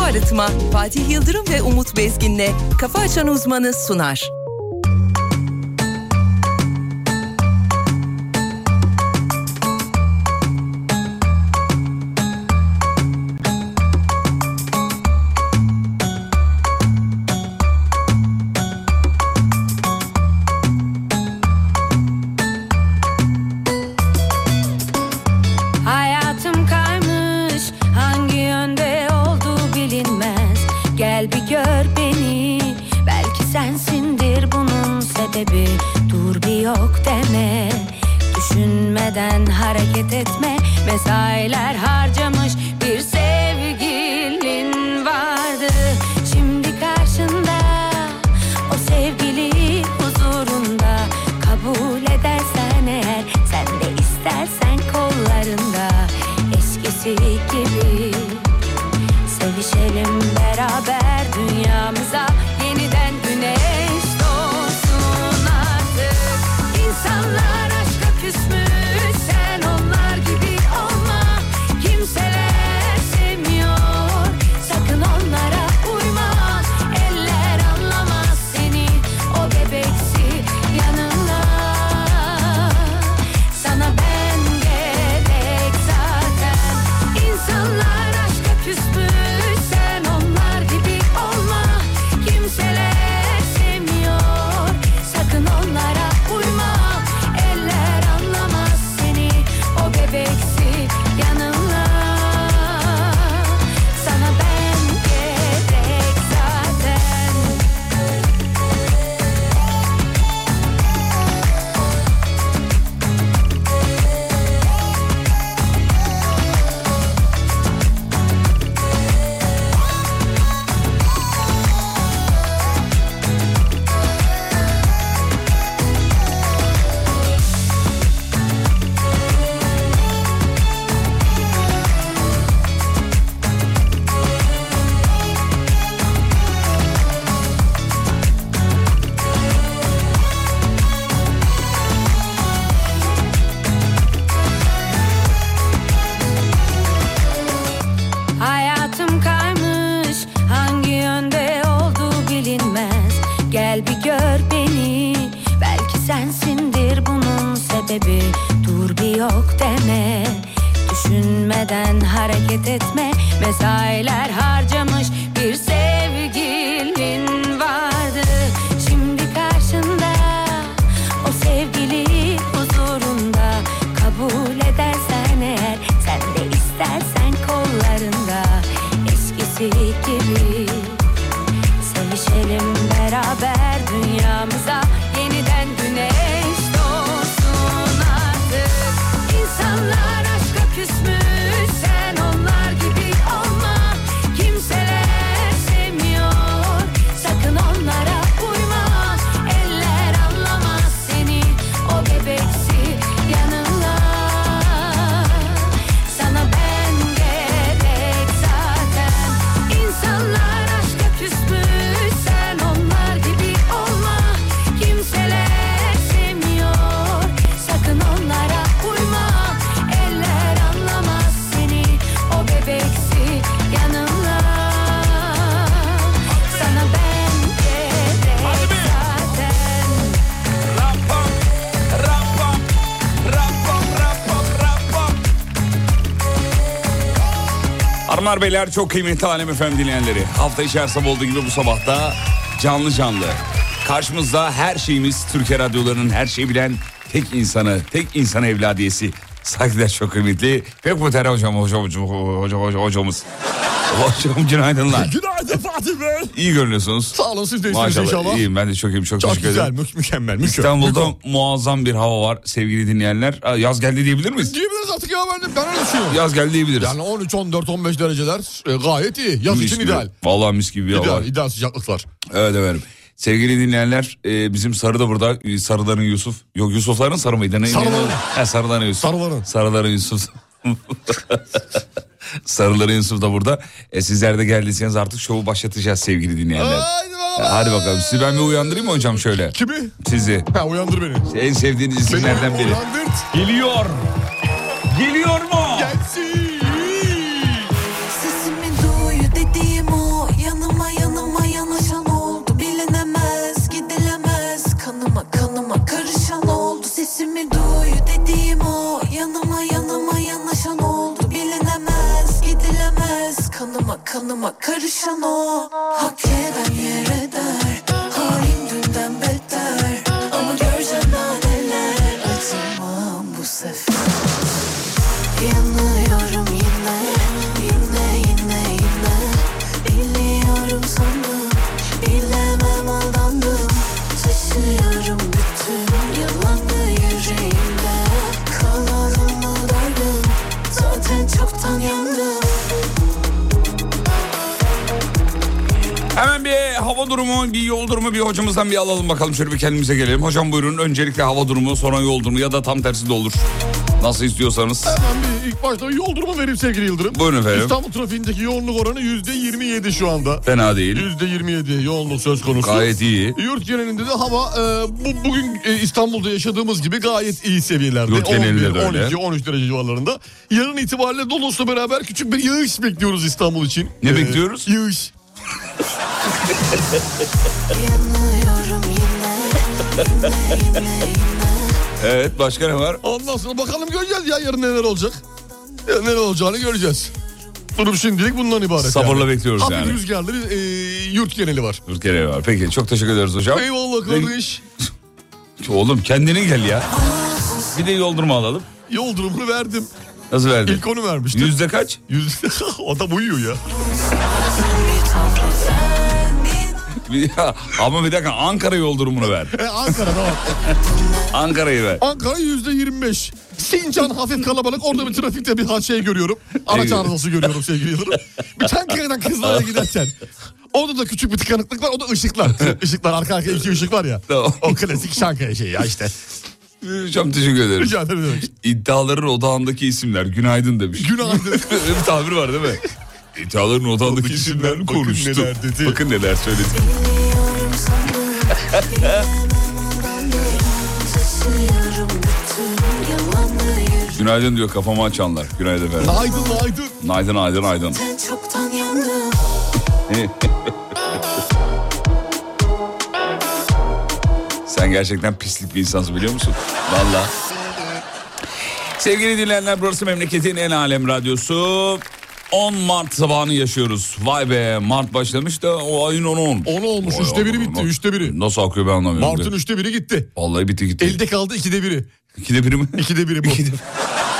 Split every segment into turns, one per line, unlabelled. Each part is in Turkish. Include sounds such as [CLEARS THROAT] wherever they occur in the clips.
Arıtma Fatih Yıldırım ve Umut Bezgin'le Kafa Açan Uzmanı sunar.
Hayatım kaymış hangi yönde olduğu bilinmez Gel bir gör beni belki sensindir bunun sebebi Dur bir yok deme düşünmeden hareket etme Mesailer harcamış bir sevgilin vardı Şimdi karşında o sevgili huzurunda Kabul edersen eğer sen de istersen kollarında Eskisi gibi sevişelim beraber Dünyamıza yeniden güneş doğsun artık İnsanlar aşka küsmüş sen onlar gibi olma Kimseler sevmiyor sakın onlara uyma Eller anlamaz seni o bebeksi yanında Sana ben gerek zaten İnsanlar aşka küsmüş sen onlar gibi olma Kimseler sevmiyor sakın onlara uyma Eller anlamaz seni o bebeksi yanımda Sana ben gerek zaten Hayatım kaymış hangi yönde olduğu bilinmez Gel bir gör beni belki sensindir bunun sebebi Dur bir yok deme düşünmeden hareket etme Mesailer harcamış bir sevgilin vardı Şimdi karşında o sevgili huzurunda Kabul edersen eğer sen de istersen kollarında Eskisi gibi sevişelim beraber Dünyamıza yeniden güneş doğsun artık İnsanlar aşka küsmüş sen onlar gibi olma Kimseler sevmiyor sakın onlara uyma Eller anlamaz seni o bebeksi yanımda Sana ben gerek zaten İnsanlar aşka küsmüş sen onlar gibi olma Kimseler sevmiyor sakın onlara uyma Eller anlamaz seni o bebeksi yanımda Sana ben gerek zaten
Armar Beyler çok kıymetli Alem Efendim dinleyenleri. Hafta içi her sabah olduğu gibi bu sabahta canlı canlı. Karşımızda her şeyimiz Türkiye radyolarının her şeyi bilen tek insanı, tek insan evladiyesi. Saygılar çok kıymetli. Pek muhterem hocam, hocam, hocam, hocam, hocam, hocamız. Hocam günaydınlar.
Günaydın Fatih Bey.
İyi görünüyorsunuz.
Sağ olun siz de iyisiniz
Maşallah.
inşallah.
İyiyim ben de çok iyiyim. Çok,
Çok
teşekkür
güzel,
ederim.
mü- mükemmel, mükemmel.
İstanbul'da muazzam bir hava var sevgili dinleyenler. Aa, Yaz geldi diyebilir miyiz?
Diyebiliriz artık ya ben, de- ben öyle düşünüyorum.
Yaz geldi diyebiliriz.
Yani 13, 14, 15 dereceler e, gayet iyi. Yaz
Mis
için
gibi.
ideal.
Vallahi mis gibi bir hava.
İdeal, ideal sıcaklıklar.
Evet efendim. Sevgili dinleyenler e, bizim Sarı da burada. E, Sarıların Yusuf. Yok Yusufların Sarı mıydı? Ne,
Sarıların.
Ne, ha, sarıların Yusuf.
Sarıların.
Sarıların Yusuf. [LAUGHS] sarıların Yusuf da burada. E, sizler de geldiyseniz artık şovu başlatacağız sevgili dinleyenler.
Haydi
E,
baba.
hadi bakalım sizi ben bir uyandırayım mı hocam şöyle?
Kimi?
Sizi.
Ha uyandır beni.
En sevdiğiniz
Beni
isimlerden biri.
Uyandırt.
Geliyor. Geliyor mu?
Gelsin.
Sesimi duy dediğim o
Kanıma kanıma karışan o Hak eden yer eder Hain dünden beter Ama göreceğim daha neler Acımam bu sefer Yanıyorum yine Yine yine yine Biliyorum sandım Bilemem aldandım Taşıyorum bütün yalanı yüreğimde Kalalım mı dargın Zaten çoktan yandım
Hemen bir hava durumu, bir yol durumu bir hocamızdan bir alalım bakalım. Şöyle bir kendimize gelelim. Hocam buyurun öncelikle hava durumu sonra yol durumu ya da tam tersi de olur. Nasıl istiyorsanız.
Ben bir ilk başta bir yol durumu vereyim sevgili Yıldırım.
Buyurun efendim.
İstanbul trafiğindeki yoğunluk oranı %27 şu anda.
Fena değil.
%27 yoğunluk söz konusu.
Gayet iyi.
Yurt genelinde de hava e, bu, bugün e, İstanbul'da yaşadığımız gibi gayet iyi seviyelerde.
Yurt genelinde
11,
de öyle.
12, 13 derece civarlarında. Yarın itibariyle Dolos'la beraber küçük bir yağış bekliyoruz İstanbul için. E,
Ne bekliyoruz?
Yağış.
Yanıyorum yine
Evet başka ne var?
Ondan sonra bakalım göreceğiz ya yarın neler olacak. Ya, neler olacağını göreceğiz. Durum şimdilik bundan ibaret.
Sabırla
yani.
bekliyoruz
Hafif
yani.
rüzgarlı bir, e, yurt geneli var.
Dur gene var. Peki çok teşekkür ederiz hocam.
Eyvallah kardeş.
Oğlum kendine gel ya. Bir de yol durumu alalım.
Yol durumunu verdim.
Nasıl verdin?
İlk onu vermiştim.
Yüzde kaç? [LAUGHS]
Yüz... [LAUGHS] Adam uyuyor ya.
Bir- Ama bir dakika Ankara yol
[LAUGHS]
durumunu ver.
E, Ankara tamam.
Ankara'yı ver.
Ankara yüzde 25. Sincan hafif kalabalık. Orada bir trafikte bir ha- şey görüyorum. Araç
Evet.
arızası görüyorum sevgili Yıldırım. Bir Çankaya'dan Kızılay'a giderken. Orada da küçük bir tıkanıklık var. O da
[LAUGHS]
ışıklar. Işıklar arka arkaya iki ışık var ya.
Tamam.
O klasik Çankaya şeyi ya işte.
Hocam teşekkür ederim.
Rica ederim. demek.
İddiaların odağındaki isimler günaydın demiş.
Günaydın.
Öyle [LAUGHS] bir tabir var değil mi? İddiaların odağındaki isimler
bakın
konuştu.
neler dedi.
Bakın neler söyledi.
Biliyorum sandım Taşıyorum bütün yalanı yüreğimde
Günaydın diyor kafama açanlar. Günaydın efendim.
Aydın aydın.
Aydın aydın aydın. [LAUGHS]
Çoktan yandım
Sen gerçekten pislik bir insansın biliyor musun? Valla. Sevgili dinleyenler burası memleketin en alem radyosu. 10 Mart sabahını yaşıyoruz. Vay be Mart başlamış da o ayın 10'u 10.
Onu olmuş.
Vay
Üçte biri
Allah,
bitti.
Allah.
Üçte biri.
Nasıl akıyor ben anlamıyorum.
Mart'ın üçte biri gitti.
Vallahi bitti gitti.
Elde kaldı ikide biri.
İkide biri mi?
İkide biri bu.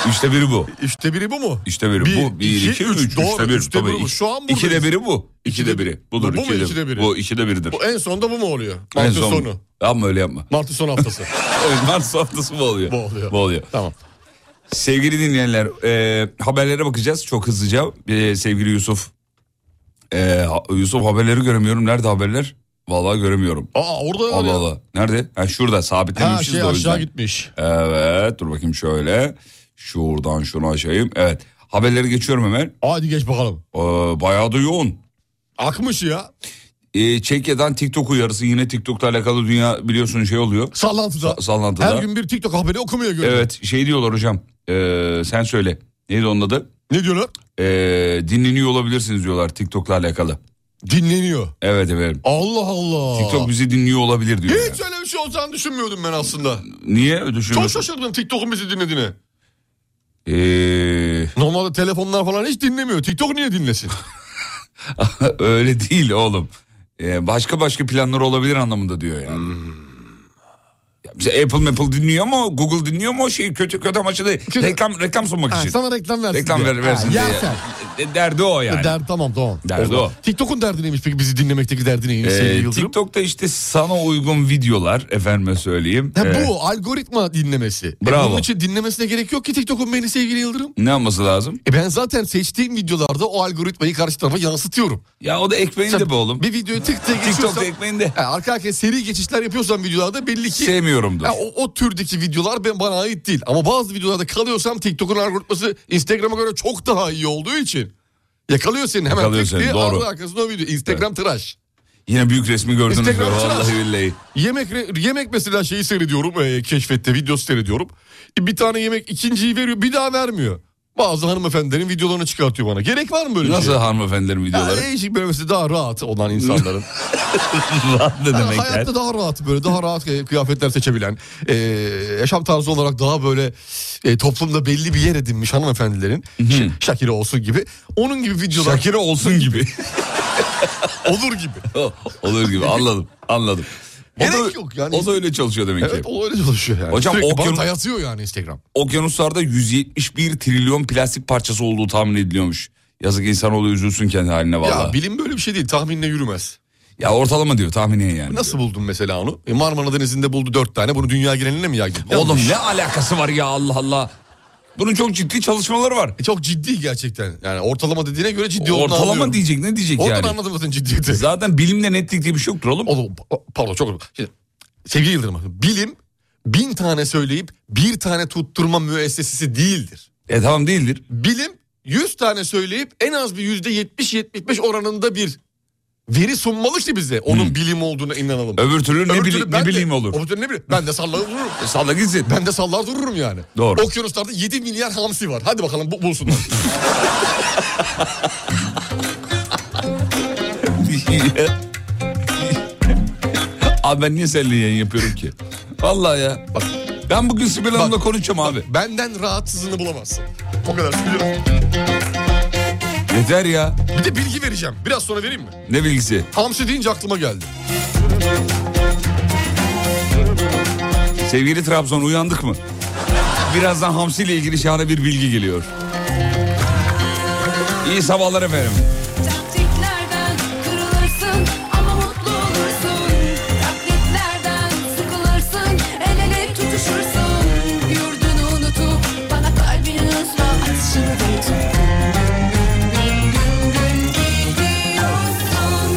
Üçte biri bu.
Üçte biri bu mu?
Üçte biri bu. Bir, iki, üç.
Doğru.
üçte bir.
Üçte
tabii.
biri bu. Şu an buradayız.
İkide biri bu. İkide
İkide-
biri. Budur.
Bu mu
ikide,
ikide biri?
Bu ikide biridir.
Bu en sonda bu mu oluyor?
En
Mart'ın
son-
sonu.
Yapma
[LAUGHS]
öyle yapma.
Mart'ın son haftası.
Evet, Mart sonrası bu oluyor.
Bu oluyor.
Bu oluyor.
tamam.
Sevgili dinleyenler e, haberlere bakacağız çok hızlıca. E, sevgili Yusuf. E, ha- Yusuf haberleri göremiyorum. Nerede haberler? Vallahi göremiyorum.
Aa orada var
Allah
ya.
Allah. Nerede? Ha, şurada
Ha
sabitlemişiz
şey
de o
aşağı
yüzden.
gitmiş.
Evet dur bakayım şöyle. Şuradan şunu açayım. Evet haberleri geçiyorum hemen.
Hadi geç bakalım.
Ee, bayağı da yoğun.
Akmış ya.
Ee, Çekya'dan TikTok uyarısı yine TikTok'la alakalı dünya biliyorsun şey oluyor.
Sallantıda.
Sallantıda.
Her gün bir TikTok haberi okumuyor göre.
Evet şey diyorlar hocam. Ee, sen söyle. Neydi onun adı?
Ne diyorlar?
Ee, dinleniyor olabilirsiniz diyorlar TikTok'la alakalı.
Dinleniyor.
Evet efendim.
Allah Allah.
TikTok bizi dinliyor olabilir diyor.
Hiç
ya.
öyle bir şey olacağını düşünmüyordum ben aslında.
Niye
Çok
düşünüyorsun?
şaşırdım TikTok'un bizi dinlediğine.
Ee,
Normalde telefonlar falan hiç dinlemiyor. TikTok niye dinlesin?
öyle değil oğlum. Ee, başka başka planlar olabilir anlamında diyor yani.
Hmm.
Ya bize Apple Apple dinliyor mu? Google dinliyor mu? O şey kötü kötü amaçlı değil.
Kötü-
Reklam reklam sunmak
Ha,
için.
sana reklam versin
Şey, Reklam
diye.
ver, versin
Ha,
diye.
yer sen.
E, Derdi o yani.
Der, tamam tamam.
Derdi o.
TikTok'un derdi neymiş peki bizi dinlemekteki derdi neymiş
Ee,
sevgili şey Yıldırım?
TikTok'ta işte sana uygun videolar efendime söyleyeyim.
Ha,
Ee,
bu algoritma dinlemesi. E,
Bravo.
bunun için dinlemesine gerek yok ki TikTok'un beni sevgili Yıldırım.
Ee, Ne yapması lazım?
E ben zaten seçtiğim videolarda o algoritmayı karşı tarafa yansıtıyorum.
Ya o da ekmeğin de be oğlum.
Bir videoyu tık diye
TikTok'ta
geçiyorsam...
ekmeğin de.
Ha, arka arkaya seri geçişler yapıyorsam videolarda belli ki...
Şey Sevmiyorumdur.
Ha, o, o türdeki videolar ben bana ait değil. Ama bazı videolarda kalıyorsam TikTok'un algoritması Instagram'a göre çok daha iyi olduğu için... Yakalıyor seni hemen
Yakalıyor
tık
seni,
diye
doğru.
ardı arkasında o video. Instagram tıraş.
Yine büyük resmi gördünüz mü?
Instagram çıkar.
Vallahi billahi.
Yemek re- yemek mesela şeyi seyrediyorum e, keşfette video seyrediyorum. E, bir tane yemek ikinciyi veriyor bir daha vermiyor. Bazı hanımefendilerin videolarını çıkartıyor bana. Gerek var mı böyle bir şey?
Nasıl
şeye?
hanımefendilerin videoları?
Yani değişik böyle mesela daha rahat olan insanların.
Rahat ne
Yani
[LAUGHS] demekler?
hayatta daha rahat böyle daha rahat kıyafetler seçebilen, e, yaşam tarzı olarak daha böyle e, toplumda belli bir yer edinmiş hanımefendilerin. Ş- Shakira olsun gibi. Onun gibi videolar
Şakir'e olsun gibi.
olur gibi.
Olur Oh, gibi anladım anladım.
Gerek
o da,
yok yani.
O da öyle çalışıyor demek
Evet
ki.
o öyle çalışıyor yani.
Hocam
Sürekli
okyanus-
bana dayatıyor yani Instagram.
Okyanuslarda 171 trilyon plastik parçası olduğu tahmin ediliyormuş. Yazık insanoğlu üzülsün kendi haline valla.
Ya
Ya,
bilim böyle bir şey değil tahminle yürümez.
ortalama diyor tahminen yani.
Nasıl buldun mesela onu? E, Marmara Denizi'nde buldu dört tane bunu dünya geneline mi yaydın?
Oğlum ne alakası var ya Allah Allah. Bunun çok ciddi çalışmaları var.
E, çok ciddi gerçekten. Yani ortalama dediğine göre ciddi olduğunu
Ortalama
anlıyorum.
diyecek ne diyecek
Oradan
yani.
anladım zaten ciddiyeti.
Zaten bilimle netlik diye bir şey yoktur oğlum.
Oğlum pa- pardon çok özür- Şimdi, sevgili Yıldırım bilim bin tane söyleyip bir tane tutturma müessesesi değildir.
E tamam değildir.
Bilim yüz tane söyleyip en az bir yüzde yetmiş yetmiş beş oranında bir veri sunmalı ki bize onun bilim olduğuna inanalım.
Öbür türlü Hmm. ne,
Öbür
bili-
türlü
ne
ben de-
bileyim olur.
Öbür türlü ne bileyim. Ben de sallar dururum.
[LAUGHS] Salla gitsin.
Ben de sallar dururum yani.
Doğru.
Okyanuslarda 7 milyar hamsi var. Hadi bakalım bu, bulsunlar.
[LAUGHS] abi ben niye seninle yayın yapıyorum ki? Vallahi ya.
Bak.
Ben bugün Sibel Hanım'la konuşacağım abi.
Benden rahatsızını bulamazsın. O kadar söylüyorum.
Yeter ya.
Bir de bilgi vereceğim. Biraz sonra vereyim mi?
Ne bilgisi?
Hamsi deyince aklıma geldi.
Sevgili Trabzon uyandık mı? Birazdan Hamsi ile ilgili şahane bir bilgi geliyor. İyi sabahlar efendim.
Taktiklerden kırılırsın ama mutlu olursun. Taklitlerden sıkılırsın, el ele tutuşursun. Yurdunu unutup bana kalbini uzma. Atışını duydum. Gidiyorsun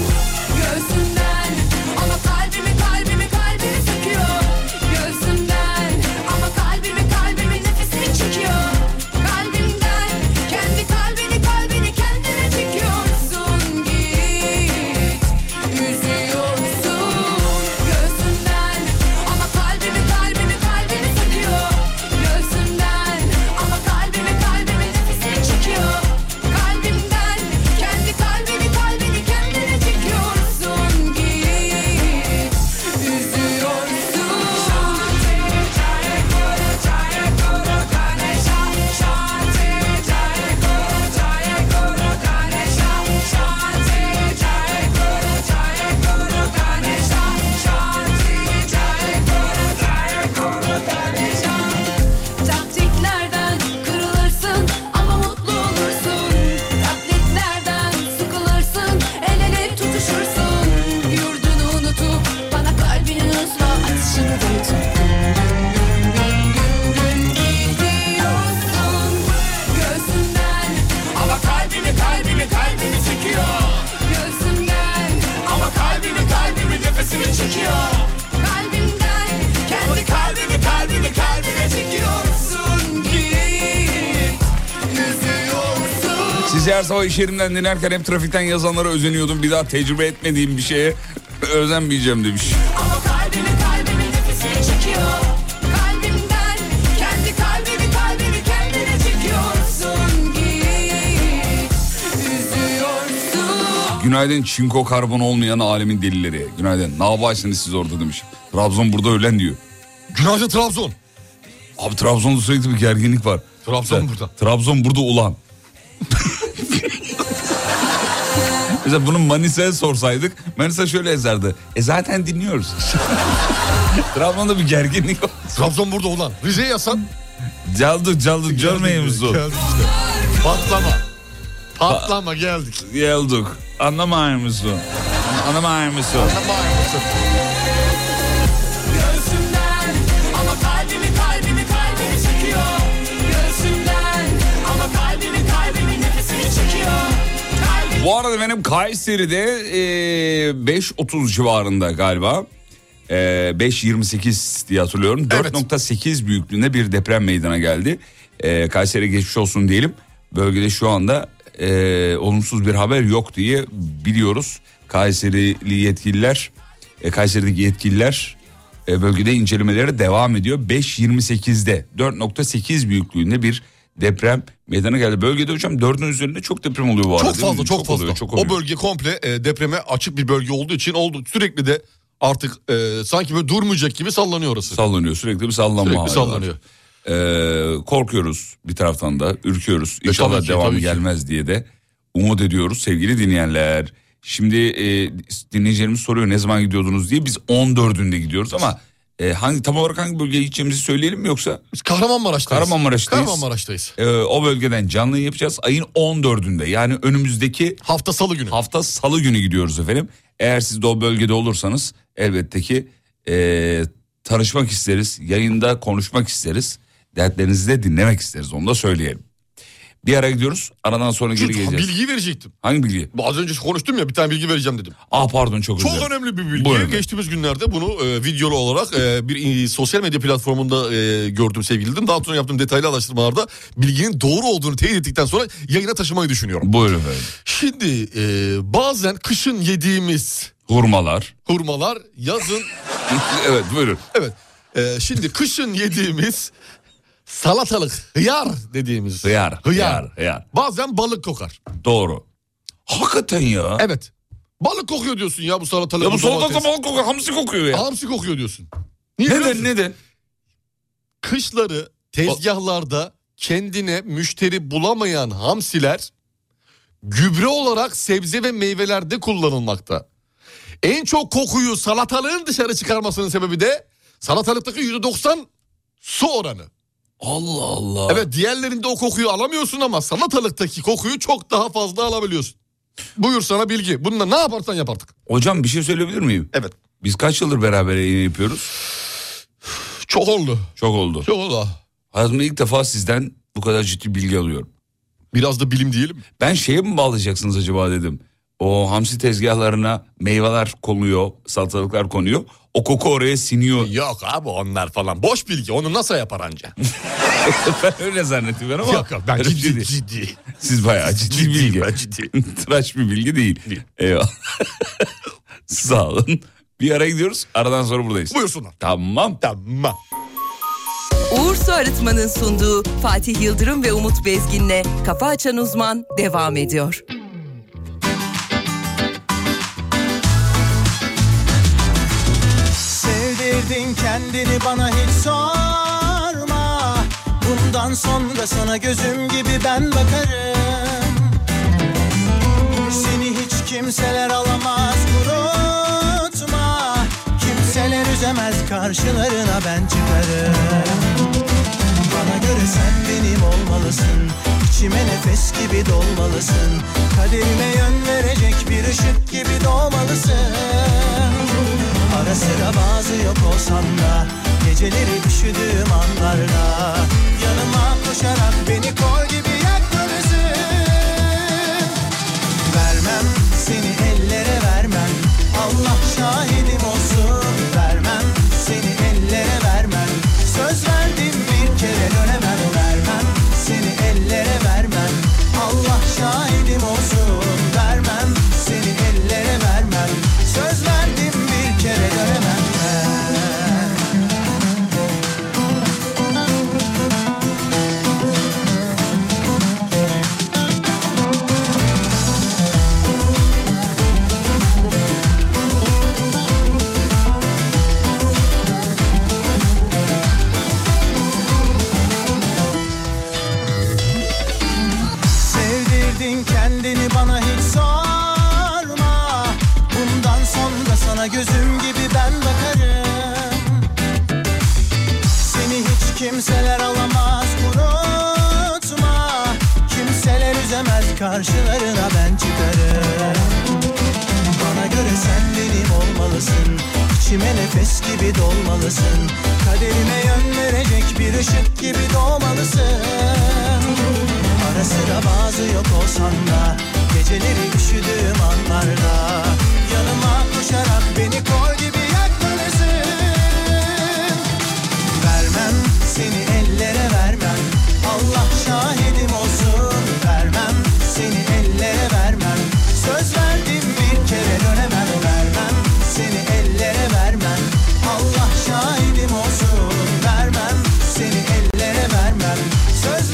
gözümden ama kalbimi kalbimi kalbimi sıkıyor. Gözümden ama kalbimi kalbimi nefesini çekiyor. Kalbimden kendi kalbini kalbini kendine çekiyorsun git. Üzüyorsun gözümden ama kalbimi kalbimi kalbimi sıkıyor. Gözümden ama kalbimi kalbimi nefesini çekiyor. Kalbimden kendi kalbini kalbini kendine çekiyorsun git. Taktiklerden kırılırsın ama mutlu olursun. Taklitlerden sıkılırsın, el ele tutuşursun. Yurdunu unutup bana kalbini uzma, atışını duydum. Gidiyorsun gözümden ama kalbimi kalbimi kalbimi çekiyor. Gözümden ama kalbimi kalbimi nefesimi çekiyor. Kalbimden kendi kalbimi kalbimi kalbime çekiyorsun git. Üzüyorsun.
Sizi her sabah iş yerimden dinlerken hep trafikten yazanlara özeniyordum. Bir daha tecrübe etmediğim bir şeye özenmeyeceğim demiş.
Ama kalbimi kalbimi nefesini çekiyor Kalbimden kendi kalbimi kalbimi kendine çekiyorsun git Üzüyorsun
Günaydın çinko karbon olmayan alemin delileri. Günaydın. Ne yaparsınız siz orada demiş. Trabzon burada ölen diyor.
Günaydın Trabzon.
Abi Trabzon'da sürekli bir gerginlik var.
Trabzon
Mesela,
burada.
Trabzon
[LAUGHS]
burada ulan. Mesela bunu Manisa'ya sorsaydık Manisa şöyle ezerdi. E zaten dinliyoruz. [LAUGHS] Trabzon'da bir gerginlik var.
Trabzon burada olan. Rize'ye yasan.
Caldı caldı görmeyemiz o.
Geldik işte. Patlama. Patlama geldik.
Yelduk. Anlamayır mısın? Anlamayır mısın?
Göğsümden ama kalbimi kalbimi kalbimi çekiyor Göğsümden ama kalbimi kalbimi nefesini çekiyor Kalbimden
Bu arada benim Kayseri'de e, 5.30 civarında galiba. E, 5.28 diye hatırlıyorum.
Evet.
4.8 büyüklüğünde bir deprem meydana geldi. E, Kayseri geçmiş olsun diyelim. Bölgede şu anda e, olumsuz bir haber yok diye biliyoruz. Kayserili yetkililer, e, Kayseri'deki yetkililer e, bölgede incelemelere devam ediyor. 5.28'de 4.8 büyüklüğünde bir deprem meydana geldi. Bölgede hocam dördün üzerinde çok deprem oluyor bu arada.
Çok
değil mi?
fazla çok fazla.
Oluyor, çok oluyor.
o bölge komple e, depreme açık bir bölge olduğu için oldu sürekli de artık e, sanki böyle durmayacak gibi sallanıyor orası.
sallanıyor sürekli bir sallanma
sürekli
hali var.
sallanıyor.
Ee, korkuyoruz bir taraftan da ürküyoruz. İnşallah
E, tabii ki,
devamı
tabii ki.
gelmez diye de umut ediyoruz sevgili dinleyenler. Şimdi e, dinleyicilerimiz soruyor ne zaman gidiyordunuz diye biz 14'ünde gidiyoruz ama e, hangi tam olarak hangi bölgeye gideceğimizi söyleyelim mi yoksa
Biz Kahramanmaraş'tayız.
Kahramanmaraş'tayız.
Kahramanmaraş'tayız.
e, o bölgeden canlı yayın yapacağız ayın 14'ünde yani önümüzdeki
Hafta salı günü.
hafta salı günü gidiyoruz efendim. Eğer siz de o bölgede olursanız elbette ki e, tanışmak isteriz. Yayında konuşmak isteriz. Dertlerinizi de dinlemek isteriz onu da söyleyelim. Bir ara gidiyoruz. Aradan sonra geri
Bilgi
geleceğiz.
bilgiyi verecektim.
Hangi bilgi?
Az önce konuştum ya bir tane bilgi vereceğim dedim.
Ah pardon çok özür
Çok
dilerim.
önemli bir bilgi.
Bu önemli.
Geçtiğimiz günlerde bunu e, videolu olarak e, bir in- sosyal medya platformunda e, gördüm sevgili dinleyicim. Daha sonra yaptığım detaylı araştırmalarda bilginin doğru olduğunu teyit ettikten sonra yayına taşımayı düşünüyorum.
Buyurun efendim.
Şimdi e, bazen kışın yediğimiz
Hurmalar. [LAUGHS]
hurmalar yazın
evet buyurun.
evet e, şimdi kışın yediğimiz salatalık hıyar dediğimiz
Hıyar.
hıyar
Hıyar.
bazen balık kokar.
Doğru. Hakikaten ya.
Evet. Balık kokuyor diyorsun ya bu salatalık.
Ya bu sokakta
domates.
balık kokuyor. Hamsi kokuyor ya.
Hamsi kokuyor diyorsun. Niye biliyor musun?
Neden neden?
kışları tezgahlarda kendine müşteri bulamayan hamsiler gübre olarak sebze ve meyvelerde kullanılmakta. En çok kokuyu salatalığın dışarı çıkarmasının sebebi de salatalıktaki %90 su oranı.
Allah Allah.
Evet diğerlerinde o kokuyu alamıyorsun ama salatalıktaki kokuyu çok daha fazla alabiliyorsun. Buyur sana bilgi. Bununla ne yaparsan yap artık.
Hocam bir şey söyleyebilir miyim?
Evet.
Biz kaç yıldır beraber yayın yapıyoruz?
Çok oldu.
Çok oldu.
Çok oldu.
Hayatımda ilk defa sizden bu kadar ciddi bilgi alıyorum.
Biraz da bilim diyelim.
Ben şeye mi bağlayacaksınız acaba dedim. O hamsi tezgahlarına meyveler konuyor, salatalıklar konuyor. O koku
[LAUGHS]
oraya siniyor.
Yok abi onlar falan. Boş bilgi. Onu nasıl yapar anca?
ben öyle zannettim ben ama.
Yok yok ben
öyle bir şey
ciddi
değil.
ciddi.
Siz bayağı ciddi,
Ciddiyim
bilgi.
ben, ciddiyim.
[LAUGHS] Tıraş bir bilgi değil. Eyvallah. [LAUGHS] Sağ olun. Bir ara gidiyoruz. Aradan sonra buradayız.
Buyursunlar.
Tamam.
Tamam.
Uğur Su Arıtma'nın sunduğu Fatih Yıldırım ve Umut Bezgin'le Kafa Açan Uzman devam ediyor.
Sevdirdin kendini bana hiç sorma Bundan sonra sana gözüm gibi ben bakarım Seni hiç kimseler alamaz unutma Kimseler üzemez karşılarına ben çıkarım bana göre sen benim olmalısın İçime nefes gibi dolmalısın Kaderime yön verecek bir ışık gibi doğmalısın Ara sıra bazı yok olsam da Geceleri üşüdüğüm anlarda Yanıma koşarak beni kor gibi yakmalısın Vermem seni ellere vermem Allah şahidim olsun Vermem seni ellere vermem Söz verdim bir kere dönemem Vermem seni ellere vermem Allah şahidim olsun Vermem seni ellere vermem Söz verdim bir kere dönemem ben. Sevdirdin kendini bana hiç sorma Bundan sonra sana gözüm gibi ben bakarım Seni hiç kimseler alamaz unutma Kimseler üzemez karşılarına ben çıkarım bana göre sen benim olmalısın İçime nefes gibi dolmalısın Kaderime yön verecek bir ışık gibi doğmalısın Ara sıra bazı yok olsan da Geceleri üşüdüğüm anlarda Yanıma koşarak beni kor gibi yakmalısın Vermem seni ellere vermem Allah şahidim olsun Vermem seni ellere vermem Söz verdim bir kere dönemem Vermem seni ellere vermem Allah şahidim olsun Vermem seni ellere vermem Söz verdim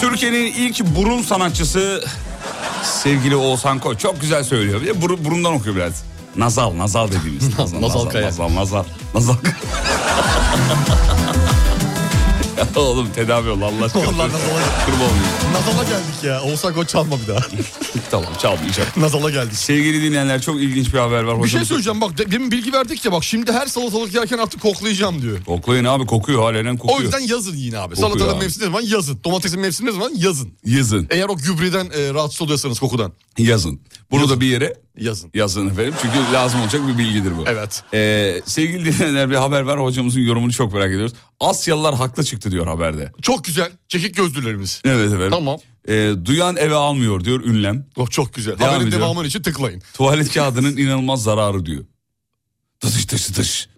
Türkiye'nin ilk burun sanatçısı sevgili Oğuzhan Koç. Çok güzel söylüyor. Bir de buru- burundan okuyor biraz. Nazal, nazal
[LAUGHS]
dediğimiz.
Nazal Kaya.
Nazal, nazal. Nazal Kaya. Ya [LAUGHS] Oğlum tedavi ol Allah aşkına.
Vallahi nazala geldik.
Kurban olayım.
Nazala geldik ya. Olsak o çalma bir [LAUGHS] daha.
tamam çalmayacağım.
Nazala geldik.
Sevgili dinleyenler çok ilginç bir haber var.
Bir şey
Hocam-
söyleyeceğim bak de- demin bilgi verdik ya bak şimdi her salatalık yerken artık koklayacağım diyor.
Koklayın abi kokuyor halen kokuyor.
O yüzden yazın yine abi.
Kokuyor
Salatanın
abi.
mevsimi ne zaman yazın. Domatesin mevsimi ne zaman yazın.
yazın.
Eğer o gübreden e, rahatsız oluyorsanız kokudan
Yazın. Bunu da bir yere
yazın.
yazın efendim. Çünkü lazım olacak bir bilgidir bu.
Evet.
Ee, sevgili dinleyenler bir haber var. Hocamızın yorumunu çok merak ediyoruz. Asyalılar haklı çıktı diyor haberde.
Çok güzel. Çekik gözlülerimiz.
Evet efendim.
Tamam.
Ee, duyan eve almıyor diyor ünlem.
Bak Oh, çok güzel.
Devam
Haberin
ediyorum.
devamını için tıklayın.
Tuvalet kağıdının inanılmaz zararı diyor. Dış dış dış.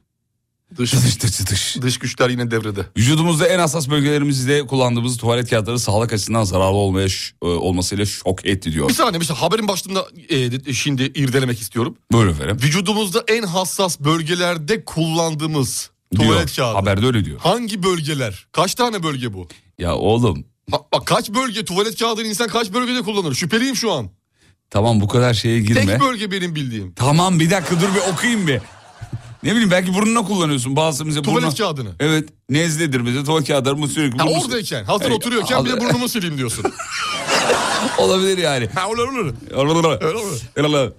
Dış,
Dış dış dış.
dış güçler yine devrede.
Vücudumuzda en hassas bölgelerimizde kullandığımız tuvalet kağıtları sağlık açısından zararlı olmaya ş- e, olmasıyla şok etti diyor.
Bir saniye bir saniye. Haberin başlığında e, de- şimdi irdelemek istiyorum.
Böyle efendim.
Vücudumuzda en hassas bölgelerde kullandığımız tuvalet
diyor.
kağıdı.
Haberde öyle diyor.
Hangi bölgeler? Kaç tane bölge bu?
Ya oğlum
Bak, bak kaç bölge tuvalet kağıdını insan kaç bölgede kullanır? Şüpheliyim şu an.
tamam bu kadar şeye girme.
Tek bölge benim bildiğim.
Tamam bir dakika dur bir okuyayım bir. Ne bileyim belki burnuna kullanıyorsun bazısı bize
Tuvalet
burnuna-
kağıdını.
Evet nezledir bize tuvalet kağıtları mı sürekli
Ha,
burnu-
oradayken hazır
Ey,
oturuyorken bir de
al-
burnumu sileyim diyorsun.
[LAUGHS]
[LAUGHS]
Olabilir yani.
ha olur olur. Öyle olur.
Öyle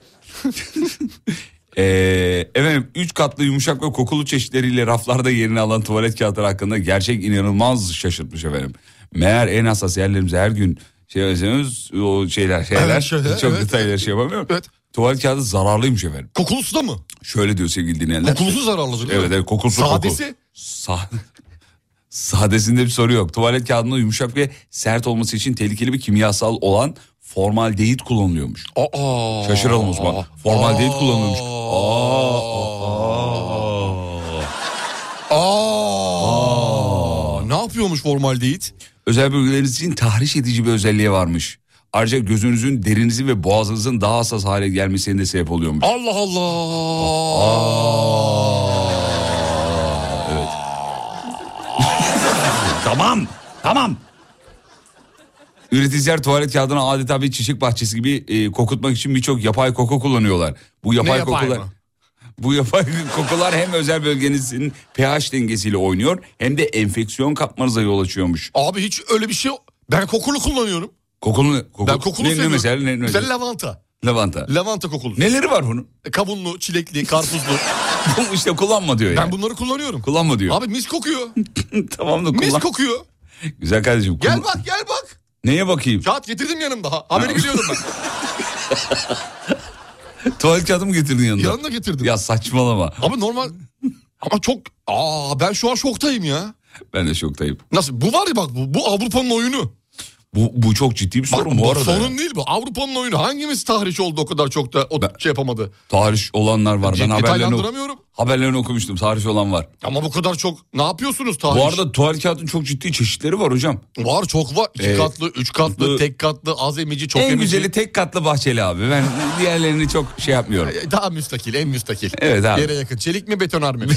Ee, efendim 3 katlı yumuşak ve kokulu çeşitleriyle raflarda yerini alan tuvalet kağıtları hakkında gerçek inanılmaz şaşırtmış efendim. Meğer en hassas yerlerimize her gün şey yapıyorsanız, o şeyler şeyler
Evet, şöyle,
çok
evet.
detaylı şey yapamıyorum.
Evet.
Tuvalet kağıdı zararlıymış efendim.
Kokulusu da mı?
Şöyle diyor sevgili dinleyenler.
Kokulusu zararlı. değil mi?
Evet evet kokusu
Sadesi?
koku. Sa- [LAUGHS] Sadesinde bir soru yok. Tuvalet kağıdının yumuşak ve sert olması için tehlikeli bir kimyasal olan formaldehit kullanılıyormuş.
Aa.
Şaşıralım uzman. Formaldehit kullanılmış.
Aa. Ne yapıyormuş formaldehit?
Özel bölgeleriniz için tahriş edici bir özelliği varmış. Ayrıca gözünüzün, derinizin ve boğazınızın daha hassas hale gelmesine de sebep oluyormuş.
Allah Allah.
Tamam, tamam. Üreticiler tuvalet kağıdını adeta bir çiçek bahçesi gibi e, kokutmak için birçok yapay koku kullanıyorlar. Bu
Ne
yapay
yapay
kokular...
mı?
[LAUGHS] Bu yapay kokular hem özel bölgenizin pH dengesiyle oynuyor hem de enfeksiyon kapmanıza yol açıyormuş.
Abi hiç öyle bir şey yok. Ben kokulu kullanıyorum.
Kokulu, kokulu,
Ben kokulu
ne, ne
seviyorum.
mesela, ne, ne
Mesela
mesela?
lavanta.
Lavanta.
Lavanta kokulu. E,
Neleri var bunun?
Kavunlu, çilekli,
[LAUGHS]
karpuzlu.
işte kullanma diyor yani.
ben bunları kullanıyorum.
Kullanma diyor.
Abi mis kokuyor.
tamam da kullan.
Mis kokuyor.
Güzel kardeşim.
Gel
kullan-
bak gel bak.
Neye bakayım?
Kağıt getirdim yanımda. Ha, haberi biliyordum ben.
Tuvalet kağıdı mı getirdin yanında?
Yanına getirdim.
Ya saçmalama.
Ama normal... Ama çok... Aa ben şu an şoktayım ya.
Ben de şoktayım.
Nasıl? Bu var ya bak bu, bu Avrupa'nın oyunu.
Bu, bu çok ciddi bir sorun
Bak,
bu arada.
Sorun değil bu. Avrupa'nın oyunu. Hangimiz tahriş oldu o kadar çok da o
Ben-
şey yapamadı.
Tarih olanlar var. Ben haberlerini, ok-
Detaylandıramıyorum.
haberlerini okumuştum. Tarih olan var.
Ama bu kadar çok ne yapıyorsunuz tahriş?
Bu arada tuvalet kağıdının çok ciddi çeşitleri var hocam.
var çok var. İki
Ee,
katlı, üç katlı,
bu-
tek katlı, az emici, çok
en
emici.
güzeli tek katlı bahçeli abi. Ben diğerlerini çok şey yapmıyorum.
[LAUGHS] Ee, Daha müstakil, en müstakil.
Evet abi.
Yere yakın. Çelik mi
[LAUGHS]
betonarme mi?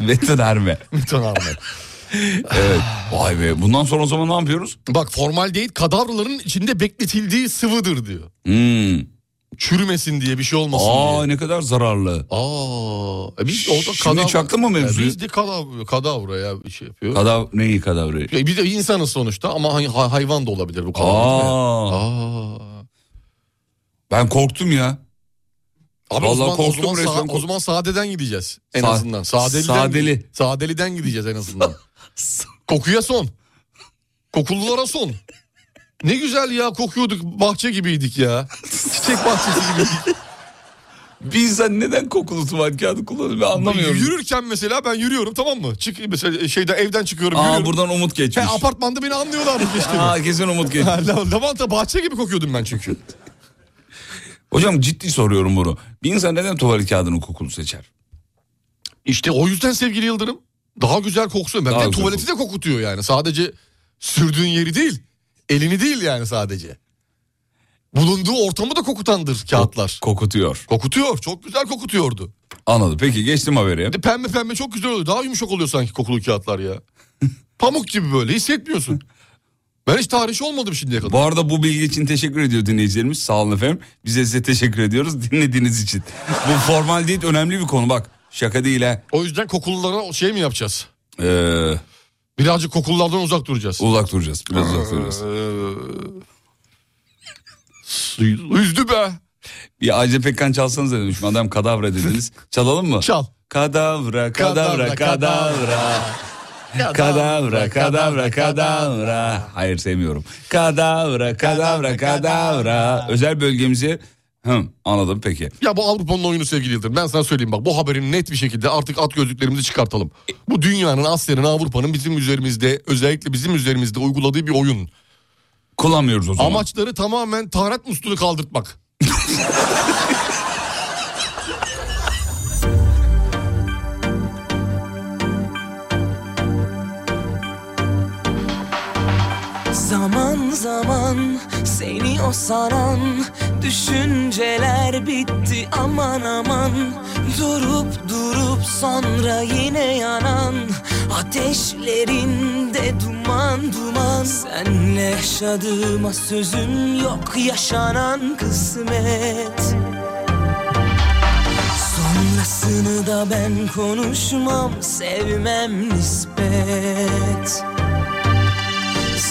Veteriner mi?
betonarme.
Evet. Vay be. Bundan sonra o zaman ne yapıyoruz?
Bak formaldehit kadavraların içinde bekletildiği sıvıdır diyor.
Hmm.
Çürümesin diye bir şey olmasın diye.
Aa ne kadar zararlı.
Aa, e biz orada
Şimdi çaktın mı mevzuyu?
E Biz de kadavra, kadavra ya bir şey yapıyor.
Kadav neyi kadavrı?
Ya biz de insanız sonuçta ama hay- hay- hayvan da olabilir bu kadavra.
Aa.
Aa.
Ben korktum ya.
Abi
Vallahi
o zaman, o
korktum
zaman,
resmen,
sa-
korktum.
o zaman sadeden gideceğiz en
Sa-
azından. Sadeliden,
Sadeli.
Sadeliden gideceğiz en
[LAUGHS]
azından. Kokuya son. Kokullulara son. Ne güzel ya kokuyorduk bahçe gibiydik ya. Çiçek bahçesi gibiydik.
Bir insan neden kokulu tuvalet kağıdı kullanır ben [LAUGHS] anlamıyorum.
Yürürken mesela ben yürüyorum tamam mı? Çık mesela şeyden evden çıkıyorum
Aa
yürüyorum.
buradan Umut
He,
geçmiş.
apartmanda beni anlıyorlar mı geçtiğimi?
Aa kesin Umut geçmiş.
Ha, la- [LAUGHS] Lavanta bahçe gibi kokuyordum ben çünkü.
Hocam ciddi soruyorum bunu. Bir insan neden tuvalet kağıdının kokulu seçer?
İşte o yüzden sevgili Yıldırım daha güzel koksun. Ben
Daha
de
güzel
tuvaleti de kokutuyor yani. Sadece sürdüğün yeri değil. Elini değil yani sadece. Bulunduğu ortamı da kokutandır kağıtlar.
Kokutuyor.
Kokutuyor. Çok güzel kokutuyordu.
Anladım. Peki geçtim haberi.
Bir de
[LAUGHS]
pembe pembe çok güzel oluyor. Daha yumuşak oluyor sanki kokulu kağıtlar ya. Pamuk gibi böyle hissetmiyorsun. Ben hiç tarihçi olmadım şimdiye kadar.
Bu arada bu bilgi için teşekkür ediyor dinleyicilerimiz. Sağ olun efendim. Biz de size teşekkür ediyoruz [LAUGHS] dinlediğiniz için. Bu formal değil önemli bir konu bak. Şaka değil ha.
O yüzden kokullulara şey mi yapacağız?
Ee,
Birazcık kokullardan uzak duracağız. Ee,
uzak duracağız. Biraz
[LAUGHS]
uzak duracağız.
Üzdü be.
Bir Ayce Pekkan çalsanız dedim. Şu adam kadavra dediniz. Çalalım mı?
Çal.
Kadavra,
Kadavra,
kadavra,
kadavra.
kadavra. Kadavra, kadavra, kadavra. Hayır sevmiyorum. Kadavra, kadavra, kadavra. Özel bölgemizi... Hı, anladım peki.
Ya bu Avrupa'nın oyunu sevgili Yıldırım. Ben sana söyleyeyim bak bu haberin net bir şekilde artık at gözlüklerimizi çıkartalım. Bu dünyanın, Asya'nın, Avrupa'nın bizim üzerimizde özellikle bizim üzerimizde uyguladığı bir oyun.
Kullanmıyoruz o zaman.
Amaçları tamamen taharet musluğunu kaldırtmak.
Zaman zaman seni o saran düşünceler bitti aman aman Durup durup sonra yine yanan ateşlerinde duman duman Senle yaşadığıma sözüm yok yaşanan kısmet Sonrasını da ben konuşmam sevmem nispet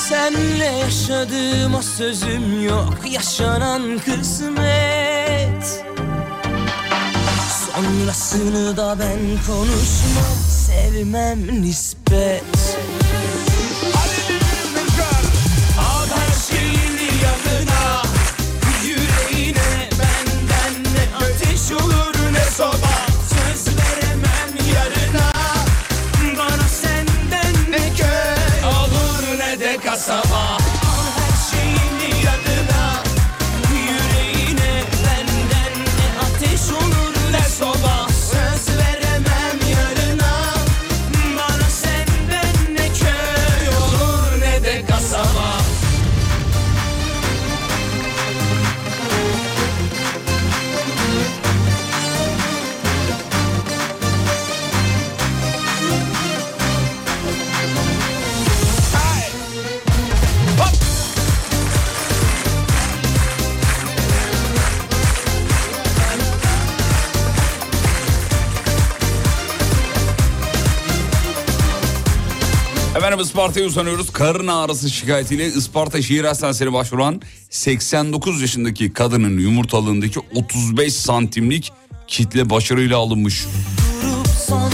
Senle yaşadığıma sözüm yok Yaşanan kısmet Sonrasını da ben konuşmam Sevmem nispet
Al her şeyini yanına Yüreğine benden ne ateş olur ne soba Söz veremem yarına Bana senden ne köy olur ne de kasaba Al her şeyini yanına Yüreğine benden ne ateş olur ne soba Söz veremem yarına Bana senden ne köy olur ne de kasaba
Efendim Isparta'ya uzanıyoruz. Karın ağrısı şikayetiyle Isparta Şehir Hastanesi'ne başvuran 89 yaşındaki kadının yumurtalığındaki 35 santimlik kitle başarıyla alınmış.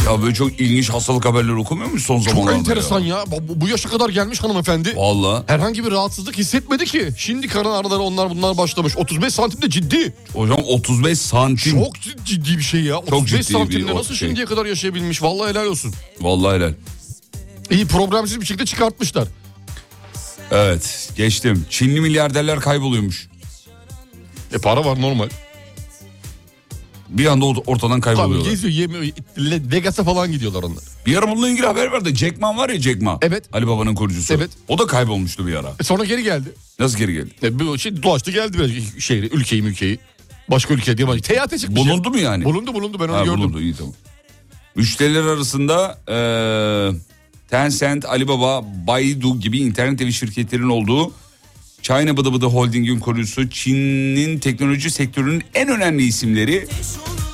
Ya böyle çok ilginç hastalık haberleri okumuyor musun son
Çok
zamanlarda?
enteresan
Ya?
ya. Bu, bu yaşa kadar gelmiş hanımefendi.
Valla.
Herhangi bir rahatsızlık hissetmedi ki. Şimdi karın ağrıları onlar bunlar başlamış. 35 santim de ciddi.
Hocam 35 santim.
Çok ciddi bir şey ya. 35
ciddi bir
santimde
o
nasıl
şey.
şimdiye kadar yaşayabilmiş? Vallahi helal olsun.
Vallahi helal.
İyi problemsiz bir şekilde çıkartmışlar.
Evet geçtim. Çinli milyarderler kayboluyormuş.
E para var normal.
Bir anda ort- ortadan
Tabii
kayboluyorlar.
geziyor yemiyor. Le- Vegas'a falan gidiyorlar onlar.
Bir ara bununla ilgili haber vardı. Jack Ma var ya Jack Ma.
Evet.
Ali Baba'nın kurucusu.
Evet.
O da kaybolmuştu bir ara.
E sonra geri geldi.
Nasıl geri geldi?
E bu şey dolaştı geldi biraz şehri, ülkeyi mülkeyi. Başka ülke diye bak. Teyate çıkmış. ya.
Bulundu mu yani?
Bulundu bulundu ben onu
Ha,
gördüm.
bulundu iyi tamam. Müşteriler arasında eee Tencent, Alibaba, Baidu gibi internet evi şirketlerin olduğu China Bıdı Bıdı Holding'in kurucusu Çin'in teknoloji sektörünün en önemli isimleri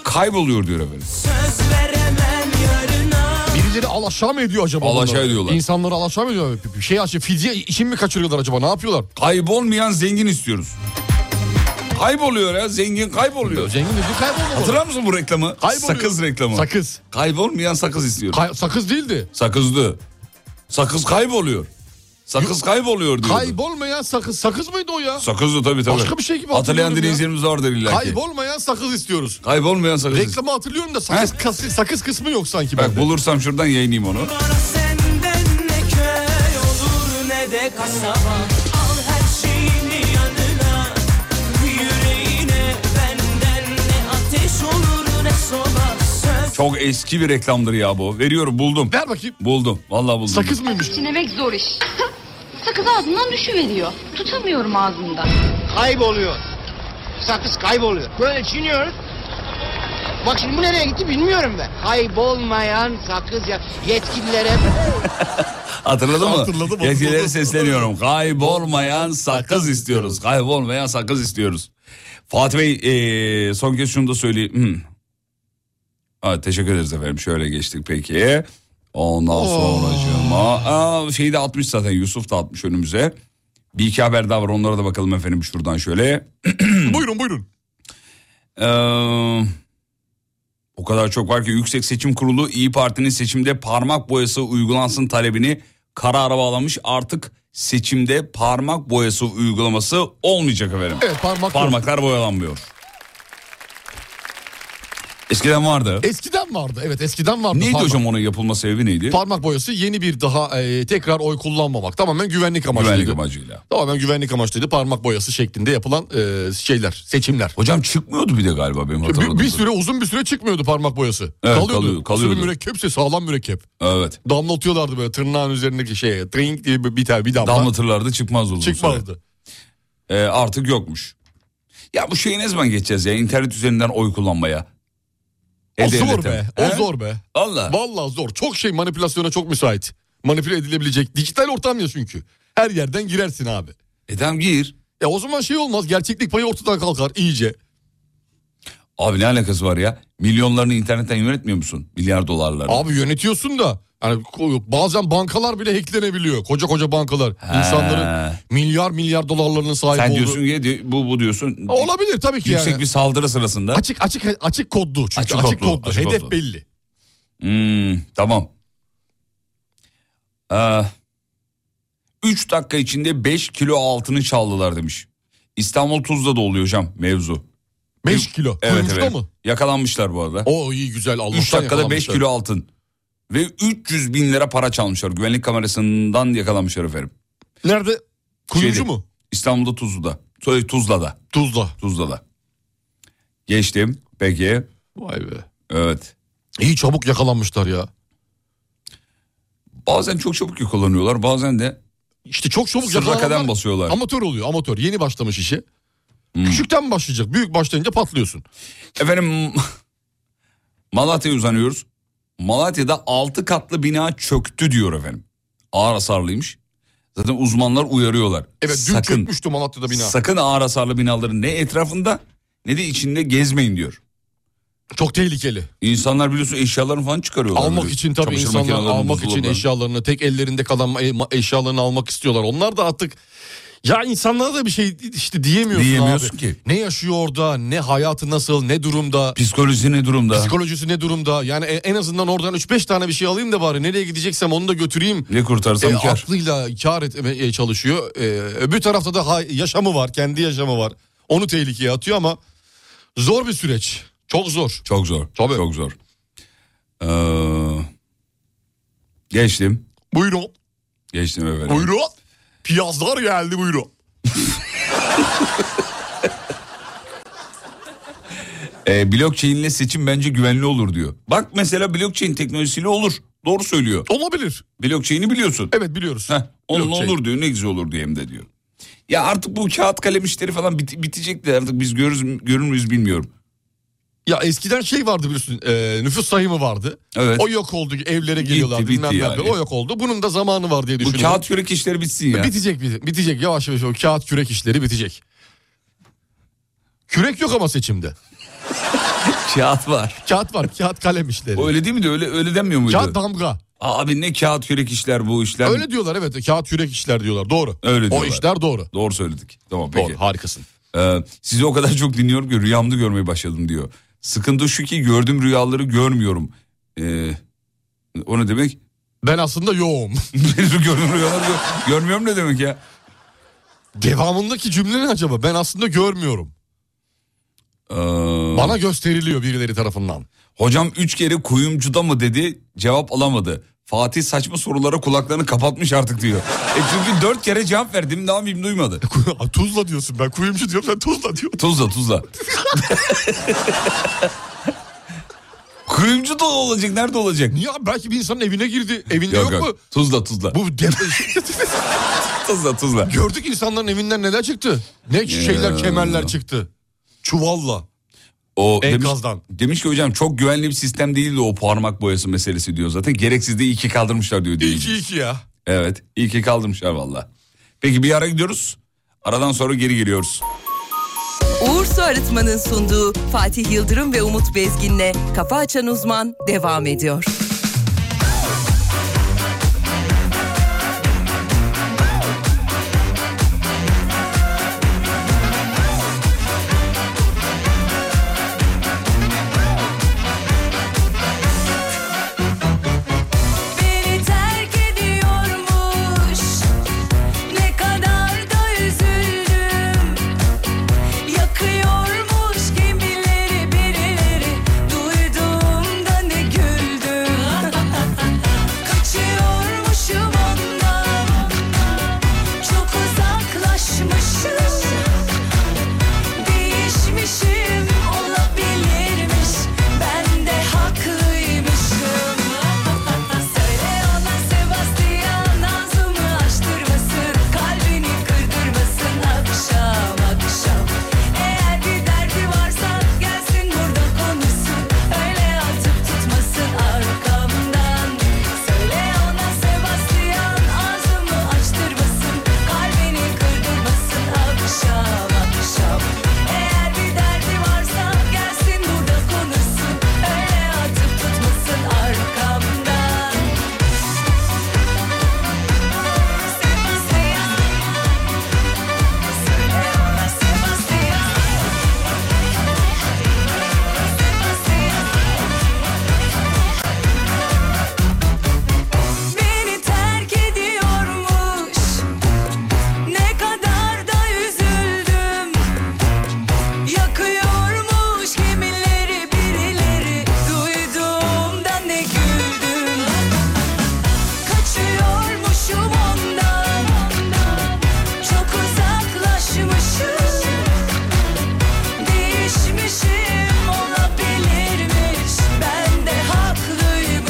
kayboluyor diyor efendim.
Söz veremem yarına
Birileri alaşağı mı ediyor acaba?
Alaşağı
bunları?
ediyorlar.
İnsanları alaşağı mı ediyor? Bir şey açıyor. Fidye için mi kaçırıyorlar acaba? Ne yapıyorlar?
Kaybolmayan zengin istiyoruz. Kayboluyor ya zengin kayboluyor.
Zengin dedi kaybolmadı.
Hatırlar mısın bu reklamı?
Kayboluyor.
Sakız reklamı.
Sakız.
Kaybolmayan sakız istiyoruz.
Kay- sakız değildi.
Sakızdı. Sakız kayboluyor. Sakız kayboluyor diyordu.
Kaybolmayan sakız. Sakız mıydı o ya?
Sakızdı tabii tabii.
Başka bir şey gibi
Hatırlayan
hatırlıyorum
dinleyicilerimiz vardır illa ki.
Kaybolmayan sakız istiyoruz.
Kaybolmayan sakız.
Reklamı hatırlıyorum da sakız, kas- sakız kısmı yok sanki
Bak
bende.
bulursam şuradan yayınlayayım onu.
Bana senden ne köy olur ne de kasaba Al her şeyini yanına Yüreğine benden ne ateş olur ne soba Söz
Çok eski bir reklamdır ya bu. Veriyorum buldum.
Ver bakayım.
Buldum. Vallahi buldum.
Sakız mıymış?
Çiğnemek zor iş. Sakız ağzından düşüveriyor. Tutamıyorum ağzımda.
kayboluyor. Sakız kayboluyor. Böyle çiğniyoruz. Bak şimdi bu nereye gitti bilmiyorum ben. Kaybolmayan sakız ya yetkililere
Hatırladın mı?
Hatırladım, hatırladım.
Yetkililere sesleniyorum. Kaybolmayan sakız istiyoruz. Kaybolmayan sakız istiyoruz. Fatih Bey eee, son kez şunu da söyleyeyim. Hmm. Evet, teşekkür ederiz efendim. Şöyle geçtik peki. Ondan
Oh.
sonra Aa, şeyi de atmış zaten Yusuf da atmış önümüze. Bir iki haber daha var onlara da bakalım efendim şuradan şöyle. Hmm.
buyurun buyurun.
Ee, o kadar çok var ki Yüksek Seçim Kurulu İyi Parti'nin seçimde parmak boyası uygulansın talebini karara bağlamış. Artık seçimde parmak boyası uygulaması olmayacak efendim.
Evet parmak.
Parmaklar boyalanmıyor. Eskiden vardı.
Eskiden vardı. Evet eskiden vardı.
E, neydi
parmak.
hocam onun yapılma sebebi neydi?
Parmak boyası yeni bir daha e, tekrar oy kullanmamak. Tamamen güvenlik amaçlıydı.
Güvenlik amacıyla.
Tamamen güvenlik amaçlıydı. Parmak boyası şeklinde yapılan e, şeyler, seçimler.
Hocam çıkmıyordu bir de galiba benim hatırladığım.
Bir, bir süre uzun bir süre çıkmıyordu parmak boyası.
kalıyor- kalıyordu.
Sürü mürekkepse sağlam mürekkep.
Evet.
Damlatıyorlardı böyle tırnağın üzerindeki şeye. Tring diye bir, bir tane bir damla.
Damlatırlardı çıkmaz olurdu.
Çıkmazdı.
Ee, artık yokmuş. Ya bu şeyi ne zaman geçeceğiz ya internet üzerinden oy kullanmaya?
O zor
E-Devlet'e.
be.
He?
O zor be.
Valla.
Vallahi zor. Çok şey manipülasyona çok müsait. Manipüle edilebilecek. Dijital ortam ya çünkü. Her yerden girersin abi.
E tamam gir.
Ya o zaman şey olmaz. Gerçeklik payı ortadan kalkar iyice.
Abi ne alakası var ya? Milyonlarını internetten yönetmiyor musun? Milyar dolarları.
Abi yönetiyorsun da yani ko- bazen bankalar bile hacklenebiliyor. Koca koca bankalar. İnsanların milyar milyar dolarlarının sahibi
Sen
olduğu- E,
diyorsun ki di- bu bu diyorsun.
Olabilir tabii ki
Yüksek
yani.
bir saldırı sırasında.
Açık açık açık kodlu çünkü
Açık
açık,
kodlu,
kodlu,
açık
hedef
kodlu.
belli.
Hmm, tamam. Ee, 3 dakika içinde 5 kilo altını çaldılar demiş. İstanbul Tuzla'da oluyor hocam mevzu.
5 kilo.
Evet
Kuyumcuda
evet.
mı?
Yakalanmışlar bu arada.
O iyi güzel Allah'tan
3 dakikada 5
yakalanmışlar.
kilo altın. Ve 300 bin lira para çalmışlar. Güvenlik kamerasından yakalanmışlar efendim.
Nerede? Kuyumcu
Şeyde,
mu?
İstanbul'da Tuzlu'da. Sorry, Tuzla'da.
Tuzla.
Tuzla'da. Geçtim. Peki.
Vay be.
Evet.
İyi çabuk yakalanmışlar ya.
Bazen çok çabuk kullanıyorlar. Bazen de
İşte çok çabuk
sırra kadem
yakalananlar
basıyorlar. Hmm.
amatör oluyor amatör. Yeni başlamış işe. Küçükten başlayacak. Büyük başlayınca patlıyorsun.
Efendim [LAUGHS] Malatya'ya uzanıyoruz. Malatya'da 6 katlı bina çöktü diyor efendim. Ağır hasarlıymış. Zaten uzmanlar uyarıyorlar.
Evet dün
sakın,
çökmüştü Malatya'da bina.
Sakın ağır hasarlı binaların ne etrafında ne de içinde gezmeyin diyor.
Çok tehlikeli.
İnsanlar biliyorsun eşyalarını falan çıkarıyorlar.
Almak
Böyle
için tabii
çamaşır
insanlar
makinelerini,
almak için
buzdolabını.
eşyalarını tek ellerinde kalan ma- ma- eşyalarını almak istiyorlar. Onlar da artık ya insanlara da bir şey işte diyemiyorsun,
Diyemiyorsun
abi.
ki.
Ne yaşıyor orada, ne hayatı nasıl, ne durumda,
Psikolojisi ne durumda?
psikolojisi ne durumda. Yani e- en azından oradan 3-5 tane bir şey alayım da bari nereye gideceksem onu da götüreyim.
ne kurtarsam
E,
kar.
aklıyla kar etmeye çalışıyor. E, öbür tarafta da hay- yaşamı var, kendi yaşamı var. Onu tehlikeye atıyor ama zor bir süreç. Çok zor.
Çok zor.
Tabii.
Çok zor. Ee, geçtim.
Buyurun.
Geçtim efendim.
Buyurun. Piyazlar geldi buyurun.
Ee, blockchain ile seçim bence güvenli olur diyor. Bak mesela blockchain teknolojisiyle olur. Doğru söylüyor.
Olabilir.
Blockchain'i biliyorsun.
Evet biliyoruz.
Heh, onunla
Blockchain.
olur diyor ne güzel olur diyor hem de diyor. Ya artık bu kağıt kalem işleri falan bit- bitecek de artık biz görürüz, görür müyüz bilmiyorum.
Ya eskiden şey vardı biliyorsun e, nüfus sayımı vardı.
Evet.
O yok oldu evlere geliyorlar
bitti
bilmem ne
yani.
yapıyor. O yok oldu. Bunun da zamanı var diye
Bu
düşünüyorum.
kağıt yürek işleri bitsin ya.
Bitecek bite- bitecek yavaş yavaş o kağıt kürek işleri bitecek. Kürek yok ama seçimde.
kağıt var.
Kağıt var [LAUGHS] kağıt kalem işleri.
Öyle değil miydi öyle öyle denmiyor muydu?
Kağıt damga.
Abi ne kağıt yürek işler bu işler.
Öyle diyorlar evet kağıt kürek işler diyorlar doğru.
Öyle
o
diyorlar.
işler doğru.
Doğru söyledik. Tamam peki.
Doğru harikasın.
Ee, sizi o kadar çok dinliyorum ki rüyamda görmeye başladım diyor. Sıkıntı şu ki gördüğüm rüyaları görmüyorum. Ee, o ne demek? [LAUGHS]
Ben aslında yoğum. [LAUGHS]
gördüğüm rüyaları gör- görmüyorum ne demek ya?
Devamındaki cümle ne acaba? Ben aslında görmüyorum.
Ee,
Bana gösteriliyor birileri
[LAUGHS]
tarafından.
Hocam üç kere kuyumcuda mı dedi cevap alamadı. Fatih saçma sorulara kulaklarını kapatmış artık diyor. E çünkü dört kere cevap verdim ne yapayım duymadı.
tuzla diyorsun ben kuyumcu diyorum sen tuzla diyorsun.
Tuzla tuzla. Kuyumcu da olacak nerede olacak?
Ya belki bir insanın evine girdi. Evinde yok, mu?
Tuzla tuzla.
Bu dep-
Tuzla tuzla.
[LAUGHS] gördük insanların evinden neler çıktı? Ne şeyler kemerler çıktı. Çuvalla.
O
Enkazdan.
Demiş, demiş ki hocam çok güvenli bir sistem değildi o parmak boyası meselesi diyor zaten. Gereksiz de iki kaldırmışlar diyor.
İyi ki
dinleyici.
iyi ki ya.
Evet. İyi ki kaldırmışlar valla. Peki bir ara gidiyoruz. Aradan sonra geri geliyoruz.
Uğur Su Arıtma'nın sunduğu Fatih Yıldırım ve Umut Bezgin'le Kafa Açan Uzman devam ediyor.
Beni terk ediyormuş Ne kadar da üzüldüm Yakıyormuş gemileri birileri Duyduğumda ne güldüm Kaçıyormuşum ondan Çok uzaklaşmışım Değişmişim olabilirmiş Ben de haklıymışım Söyle ona Sebastian ağzımı açtırmasın Kalbini kırdırmasın akşam akşam Eğer bir derdi varsa gelsin burada konuşsun Öyle atıp tutmasın arkamdan Söyle ona Sebastian ağzımı açtırmasın Kalbini kırdırmasın akşam akşam Eğer bir derdi varsa gelsin burada konuşsun Öyle atıp tutmasın arkamdan Sebastian Söyle ona Sebastian Sebastian Beni terk ediyormuş Ne kadar da üzüldüm Yakıyormuş gemileri birileri Duyduğumda ne güldüm Kaçıyormuşum ondan Çok uzaklaşmışım Değişmişim olabilirmiş Ben de haklıymışım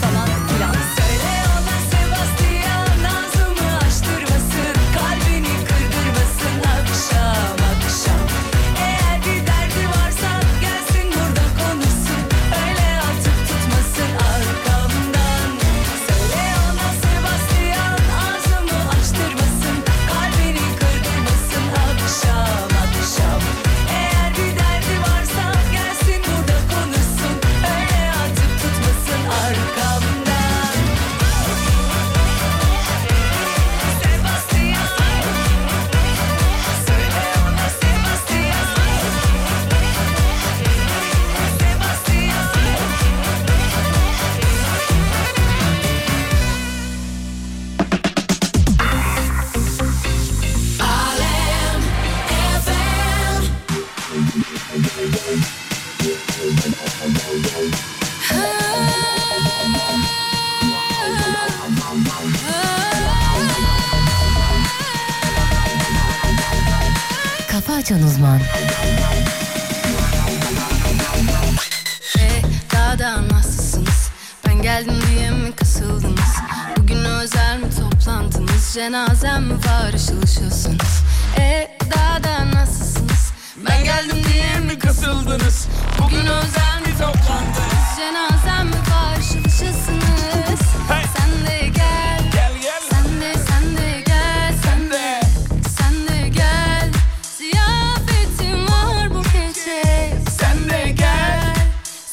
falan filan Söyle ona Sebastian ağzımı açtırmasın Kalbini kırdırmasın akşam akşam Eğer bir derdi varsa gelsin burada konuşsun Öyle atıp tutmasın arkamdan Söyle ona Sebastian ağzımı açtırmasın Kalbini kırdırmasın akşam akşam Eğer bir derdi varsa gelsin burada konuşsun Öyle atıp tutmasın arkamdan Sebastian Söyle ona Sebastian Sebastian
Kafa Açan Uzman
Hey, daha da nasılsınız? Ben geldim diye mi kasıldınız? Bugün özel mi toplantınız? Cenazem mi var ışıl ışılsınız? E daha da nasılsınız? Ben geldim diye mi kasıldınız? Bugün özel mi toplantınız? Cenazem mi var ışıl ışılsınız? Sen de gel. Gel gel. Sen de sen de gel. Sen de. Sen de gel. Ziyafetim var bu gece. Sen de gel.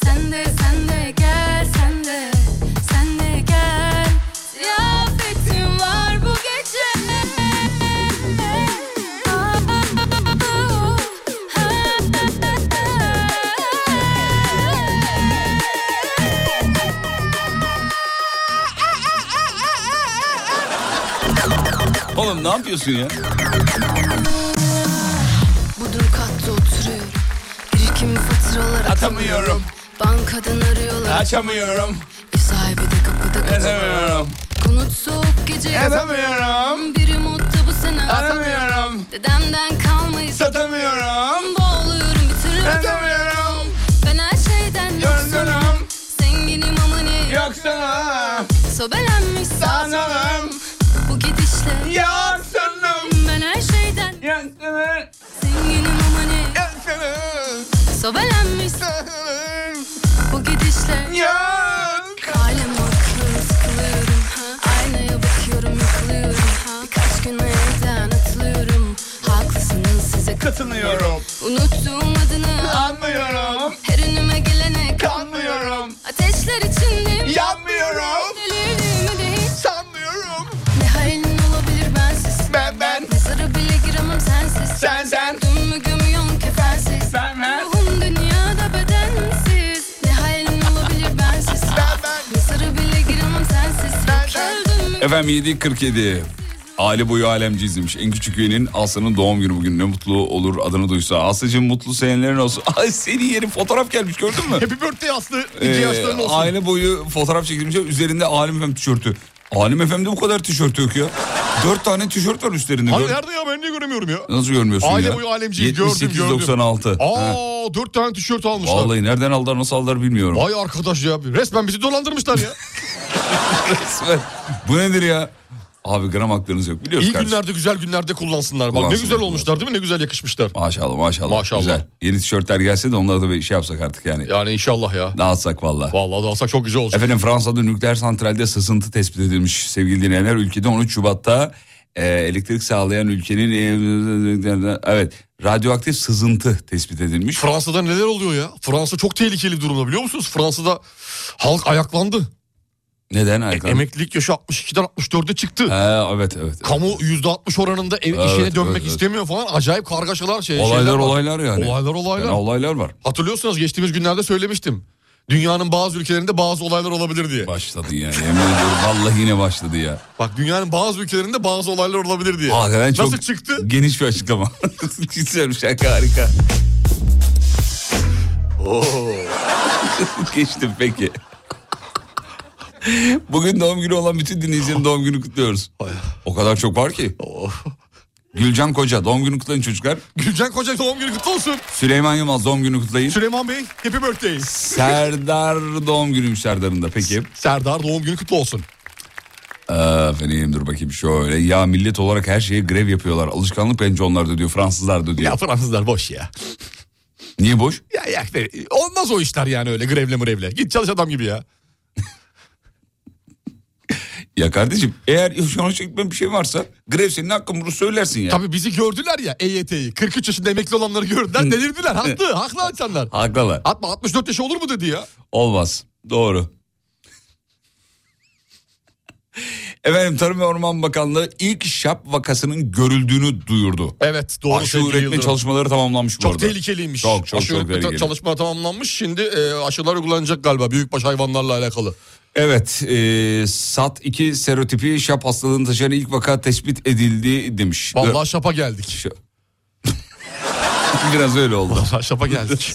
Sen de sen de gel sen de sen de gel Ziyafetim var bu gece Ah, ah,
Oğlum ne yapıyorsun ya?
Budur katta oturuyorum Birikim faturalar
Atamıyorum.
Bankadan arıyorlar
Açamıyorum.
Ev sahibi de kapıda
Edemiyorum.
Konut soğuk gece
Edemiyorum.
Biri mutlu bu sene
Atamıyorum.
Dedemden kalmayız
Satamıyorum.
Boğuluyorum bir türlü
Edemiyorum.
Ben her şeyden
Yorgunum.
Zenginim ama ne
Yoksunum.
Sobelenmiş
Sanırım.
Bu gidişle
Yoksunum.
Ben her şeyden
Yoksunum.
Zenginim ama ne
Yoksunum.
Sobelenmiş Bu gidişle
Yok.
Alem aklı sıkılıyorum ha Aynaya bakıyorum
katılıyorum.
Unuttuğum adını
Anlıyorum.
Her önüme gelene
Kanmıyorum.
Ateşler içinde
Yanmıyorum.
Delirdiğimi de hiç
Sanmıyorum.
Ne halin olabilir bensiz
Ben ben.
Mezara bile giremem sensiz
Sen sen.
Dün mü gömüyorsun kefensiz
Ben ben.
Ruhum dünyada bedensiz Ne halin olabilir bensiz Ben ben Mezara bile giremem sensiz Ben ben Öldüm mü
Efendim 7.47. Ali boyu alemci izlemiş. En küçük üyenin Aslı'nın doğum günü bugün. Ne mutlu olur adını duysa. Aslı'cığım mutlu senelerin olsun. [LAUGHS] Ay seni yerim fotoğraf gelmiş gördün mü?
Happy birthday Aslı. İki
Ee,
yaşların olsun.
Aile boyu fotoğraf çekilmiş. Üzerinde Alim Efem tişörtü. Alim Efem'de bu kadar tişört yok ya. Dört tane tişört var üstlerinde.
Abi
Dört-
nerede ya ben niye göremiyorum ya?
Nasıl görmüyorsun
Aile
ya?
boyu alemciyi gördüm,
78,
gördüm.
96. Ha.
Aa dört tane tişört almışlar.
Vallahi nereden aldılar nasıl aldılar bilmiyorum.
Vay arkadaş ya resmen bizi dolandırmışlar
[LAUGHS]
ya.
Resmen. bu nedir ya? Abi gram aklınız yok biliyoruz
İyi
kardeşim.
günlerde güzel günlerde kullansınlar. Bak ne
Kullansınlar,
güzel olmuşlar değil mi? Ne güzel yakışmışlar.
Maşallah maşallah.
Maşallah.
Güzel. Yeni tişörtler gelse de onları da bir şey yapsak artık yani.
Yani inşallah ya.
Dağıtsak valla.
Vallahi da alsak çok güzel olacak.
Efendim Fransa'da nükleer santralde sızıntı tespit edilmiş sevgili dinleyenler. Ülkede 13 Şubat'ta e, elektrik sağlayan ülkenin e, evet radyoaktif sızıntı tespit edilmiş.
Fransa'da neler oluyor ya? Fransa çok tehlikeli durumda biliyor musunuz? Fransa'da halk ayaklandı.
Neden
E,
Erkan?
Emeklilik yaşı 62'den 64'e çıktı.
Ha, evet evet.
Kamu %60 oranında ev
Evet,
işine dönmek
evet,
istemiyor falan. Acayip kargaşalar şey. şeyler
Olaylar
var.
olaylar yani.
Olaylar olaylar.
Yani olaylar var.
Hatırlıyorsunuz geçtiğimiz günlerde söylemiştim. Dünyanın bazı ülkelerinde bazı olaylar olabilir diye.
Başladı ya. Yemin ediyorum vallahi yine başladı ya.
Bak dünyanın bazı ülkelerinde bazı olaylar olabilir diye.
Hakikaten çok
Nasıl çıktı?
geniş bir açıklama. [LAUGHS] Güzel bir şaka harika. [LAUGHS] Geçtim peki. Bugün doğum günü olan bütün dinleyicilerin doğum günü kutluyoruz. O kadar çok var ki.
Oh.
Gülcan Koca doğum günü kutlayın çocuklar.
Gülcan Koca doğum günü kutlu olsun.
Süleyman Yılmaz doğum günü kutlayın.
Süleyman Bey happy birthday.
Serdar doğum günüymüş Serdar'ın da peki.
Serdar doğum günü kutlu olsun.
Efendim dur bakayım şöyle. Ya millet olarak her şeye grev yapıyorlar. Alışkanlık bence onlarda diyor. Fransızlar da diyor.
Ya Fransızlar boş ya.
Niye boş?
Ya, ya işte olmaz o işler yani öyle grevle mrevle. Git çalış adam gibi ya.
Ya kardeşim eğer yanlışlıkla bir şey varsa grev senin hakkın bunu söylersin ya.
Tabii bizi gördüler ya E EYT'yi. 43 yaşında emekli olanları gördüler delirdiler. Haklı haklı insanlar.
Haklılar.
Atma 64 yaşı olur mu dedi ya.
Olmaz. Doğru. Efendim Tarım ve Orman Bakanlığı ilk şap vakasının görüldüğünü duyurdu.
Evet doğru.
Aşı
sevgili
üretme
Yıldırım.
çalışmaları tamamlanmış bu
Çok
arada.
tehlikeliymiş.
Çok çok
Aşı
çok
üretme ta-
tehlikeli.
çalışma tamamlanmış. Şimdi e, aşılar uygulanacak galiba büyükbaş hayvanlarla alakalı.
Evet, e, SAT2 serotipi şap hastalığını taşıyan ilk vaka tespit edildi demiş.
Vallahi şapa geldik.
Şu- Biraz öyle oldu.
Vallahi şapa geldik.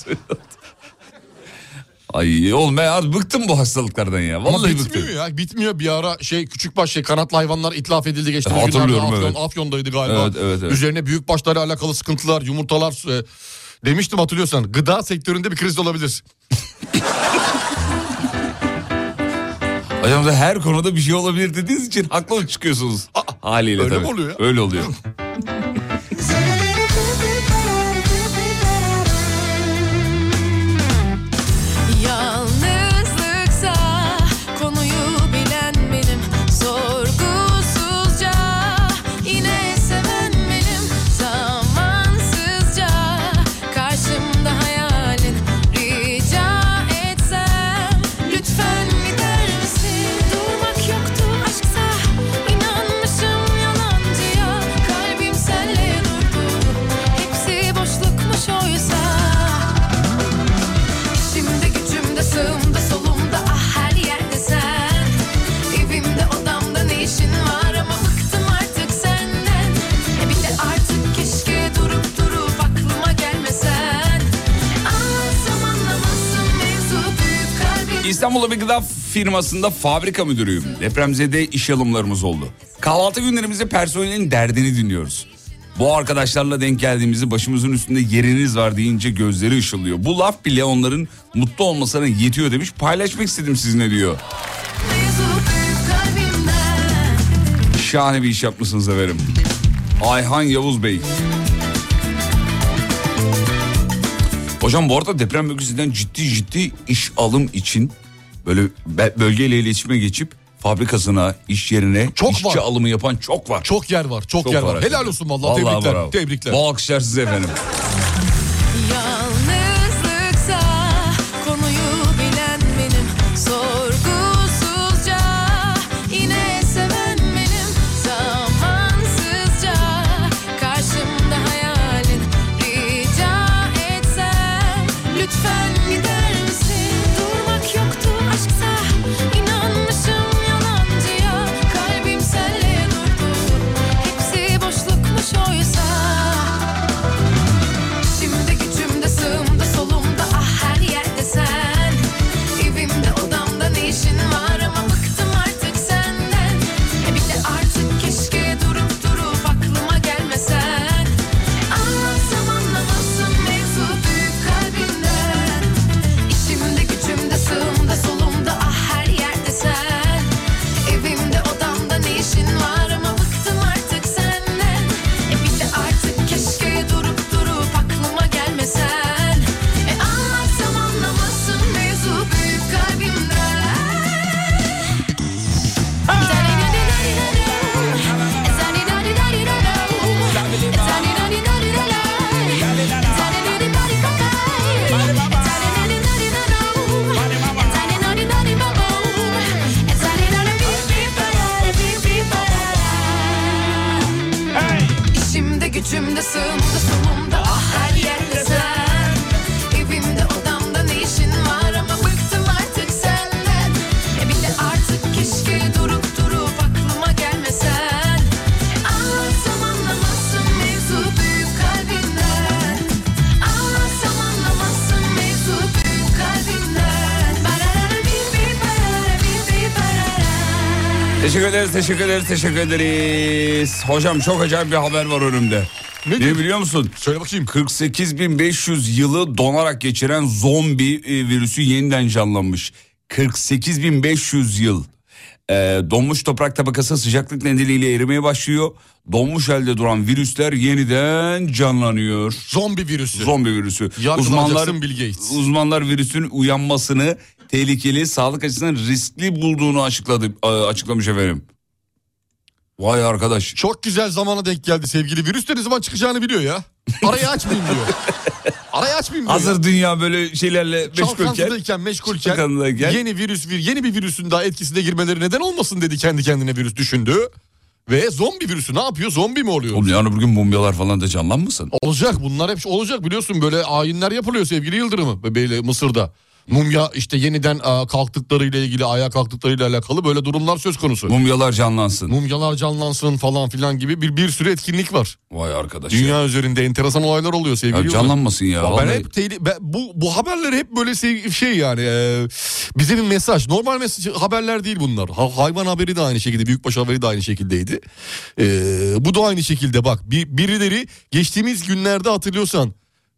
Ay oğlum ben artık bıktım bu hastalıklardan ya.
Ama
Vallahi bıktım.
bitmiyor ya. Bitmiyor bir ara şey küçük baş şey kanatlı hayvanlar itlaf edildi geçti.
E, Hatırlıyorum, evet.
Afyon'daydı galiba.
Evet, evet, evet.
Üzerine büyük başlarla alakalı sıkıntılar, yumurtalar e, demiştim hatırlıyorsan. Gıda sektöründe bir kriz olabilir.
Hocam her konuda bir şey olabilir dediğiniz için haklı çıkıyorsunuz. Haliyle
öyle mi
tabii.
oluyor ya? [LAUGHS]
Öyle oluyor.
Yalnızlıksa konuyu bilen benim Sorgusuzca yine seven benim Zamansızca karşımda hayalin Rica etsem lütfen gider misin? Durmak yoktu aşksa inanmışım yalancıya Kalbim senle durdu hepsi boşlukmuş oysa İçimde gücümde sağımda solumda ah her yerde sen Evimde odamda ne işin var ama bıktım artık senden E bir de artık keşke durup durup aklıma gelmesen Ah zamanlamasın mevzu büyük kalbim
İstanbul'da bir gıda firmasında fabrika müdürüyüm. Depremzede iş alımlarımız oldu. Kahvaltı günlerimizde personelin derdini dinliyoruz. Bu arkadaşlarla denk geldiğimizi başımızın üstünde yeriniz var deyince gözleri ışılıyor. Bu laf bile onların mutlu olmasına yetiyor demiş. Paylaşmak istedim sizinle diyor.
mevzu büyük kalbimden
Şahane bir iş yapmışsınız efendim. Ayhan Yavuz Bey. Hocam bu arada deprem bölgesinden ciddi ciddi iş alım için böyle be- bölgeyle iletişime geçip fabrikasına, iş yerine işçi
var.
alımı yapan çok var.
Çok yer var, çok, yer var. Helal olsun vallahi, tebrikler,
bravo.
tebrikler.
Bol alkışlar size efendim.
Yalnızlıksa konuyu bilen benim sorgusuzca yine seven benim zamansızca karşımda hayalin rica etsen lütfen gider misin durmak yoktu aşkta inanmışım yalancıya kalbim senle durdu hepsi boşlukmuş oysa. Şimdi gücümde sığımda solumda ah her yerde sen Evimde odamda ne işin var ama bıktım artık senden E bir de artık keşke durup durup aklıma gelmesen Anlatsam anlamazsın mevzu büyük kalbimden İşimde gücümde sığımda solumda ah her yerde sen Evimde odamda ne işin var ama bıktım artık senden E bir de artık keşke durup durup aklıma gelmesen E anlatsam anlamazsın mevzu büyük kalbimden İşimde gücümde sığımda solumda ah her yerde sen Evimde odamda ne işin var ama bıktım artık senden E bir de artık keşke durup durup aklıma gelmesen Anlatsam anlamazsın mevzu büyük kalbinden Anlatsam anlamazsın mevzu büyük kalbinden Barara bir bir barara bir bir barara
Teşekkür ederiz, teşekkür ederiz, teşekkür ederiz. Hocam çok acayip bir haber var önümde. Ne, biliyor musun? Söyle bakayım. 48.500 yılı donarak geçiren zombi e, virüsü yeniden canlanmış. 48.500 yıl. Ee, donmuş toprak tabakası sıcaklık nedeniyle erimeye başlıyor. Donmuş halde duran virüsler yeniden canlanıyor. Zombi virüsü. Zombi virüsü.
Yargılanacaksın Bill Gates.
Uzmanlar virüsün uyanmasını tehlikeli, sağlık açısından riskli bulduğunu açıkladı, e, açıklamış efendim. Vay arkadaş.
Çok güzel zamana denk geldi sevgili virüs de ne zaman çıkacağını biliyor ya. Arayı açmayayım
[LAUGHS]
diyor. Arayı açmayayım diyor.
Hazır dünya böyle şeylerle
Çalkantıdayken,
meşgulken.
meşgulken
Çalkantıdayken.
yeni virüs vir- yeni bir virüsün daha etkisine girmeleri neden olmasın dedi kendi kendine virüs düşündü. Ve zombi virüsü ne yapıyor? Zombi mi oluyor?
Oğlum yarın bugün mumyalar falan da canlanmasın.
Olacak bunlar hep olacak biliyorsun böyle ayinler yapılıyor sevgili Yıldırım'ı böyle Mısır'da. Mumya işte yeniden e, kalktıklarıyla ilgili ayağa kalktıklarıyla alakalı böyle durumlar söz konusu.
Mumyalar canlansın.
Mumyalar canlansın falan filan gibi bir, bir sürü etkinlik var.
Vay arkadaş.
Dünya üzerinde enteresan olaylar oluyor sevgili
Şey- Ya
Yıldırım.
canlanmasın ya,
Ben
vallahi.
hep tehli- ben- bu, bu haberler hep böyle sev- şey yani e, bize bir mesaj. Normal mesaj haberler değil bunlar. Ha- hayvan haberi de aynı şekilde, büyükbaş haberi de aynı şekildeydi. E, bu da aynı şekilde bak. Bir, birileri geçtiğimiz günlerde hatırlıyorsan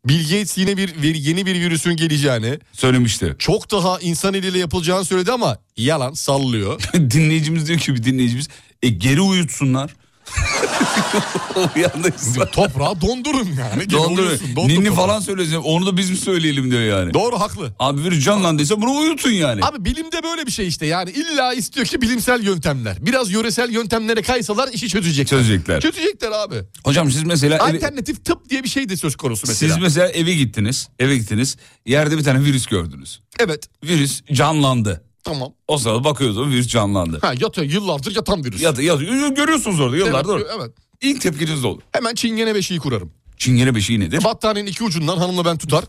Bill Gates yine bir, bir yeni bir virüsün geleceğini
söylemişti. [LAUGHS]
Çok daha insan eliyle yapılacağını söyledi ama yalan
[LAUGHS]
sallıyor.
dinleyicimiz diyor ki bir dinleyicimiz e, geri uyutsunlar. [LAUGHS]
Toprağı dondurun yani. Geri uyusun, dondur
Ninni
toprağı.
falan söylesin. Onu da biz mi söyleyelim diyor yani.
Doğru haklı.
Abi virüs canlandıysa bunu uyutun yani.
Abi bilimde böyle bir şey işte yani illa istiyor ki bilimsel yöntemler. Biraz yöresel yöntemlere kaysalar işi çözecekler.
Çözecekler.
Çözecekler abi.
Hocam siz mesela eve-
Alternatif tıp diye bir şey de söz konusu mesela.
E, Siz mesela eve gittiniz, eve gittiniz. Yerde bir tane virüs gördünüz.
Evet.
Virüs canlandı.
Tamam.
O sırada bakıyorsunuz virüs canlandı.
Ha yatıyor yıllardır yatan virüs.
Yat, yat, görüyorsunuz orada yıllardır.
Evet, evet.
İlk tepkiniz ne olur?
Hemen çingene beşiği kurarım.
Çingene beşiği nedir?
Battaniyenin iki ucundan hanımla ben tutar.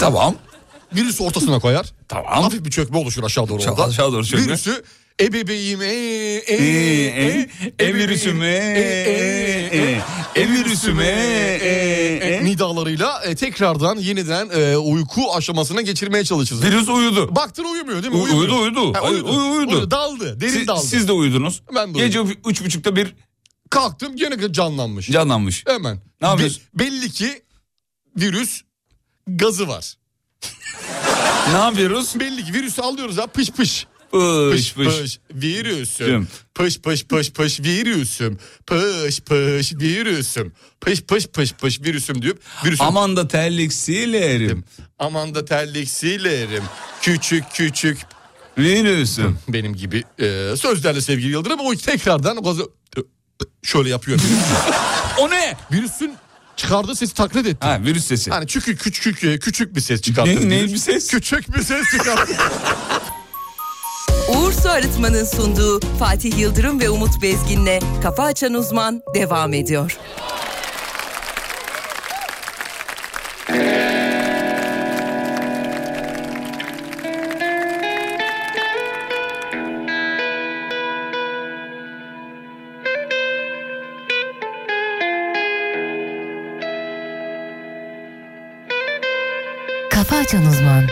tamam.
Virüsü ortasına koyar.
Tamam.
Hafif bir çökme oluşur aşağı doğru
Aşağı-
orada.
aşağı doğru çökme.
Virüsü ebebeğim e e
E, e, e virüsüm, e, e, e, e virüsüm, e, e, e.
nidalarıyla e, tekrardan yeniden e, uyku aşamasına geçirmeye çalışırız.
Virüs uyudu.
Baktın uyumuyor değil mi?
U- uyudu,
Uyumuyor.
uyudu.
Ha, uyudu.
Uy- uyudu.
Daldı. Derin
Siz,
daldı.
siz de uyudunuz.
Ben de
Gece üç buçukta bir
Kalktım gene canlanmış.
canlanmış.
Hemen.
Ne yapıyorsun?
Be- belli ki virüs gazı var.
ne
[LAUGHS]
yapıyoruz?
Belli ki virüsü alıyoruz ha pış pış.
Pış pış.
virüsüm.
Cım.
Pış pış pış pış virüsüm. Pış pış virüsüm. Pış pış pış pış virüsüm diyor. Virüsüm.
Aman da terlik silerim.
Aman da terlik silerim. Küçük küçük
Venüs'üm.
Benim gibi e, sözlerle sevgili Yıldırım o tekrardan gazo- şöyle
[LAUGHS]
yapıyor.
o ne?
Virüsün çıkardığı sesi taklit etti.
Ha virüs sesi.
Yani çünkü küçük e, küçük bir ses çıkarttı.
Ne- ne
virüs.
bir ses?
Küçük bir ses çıkarttı.
Uğur Su Arıtma'nın sunduğu Fatih Yıldırım ve Umut Bezgin'le Kafa Açan Uzman devam ediyor.
Kafa Açan Uzman.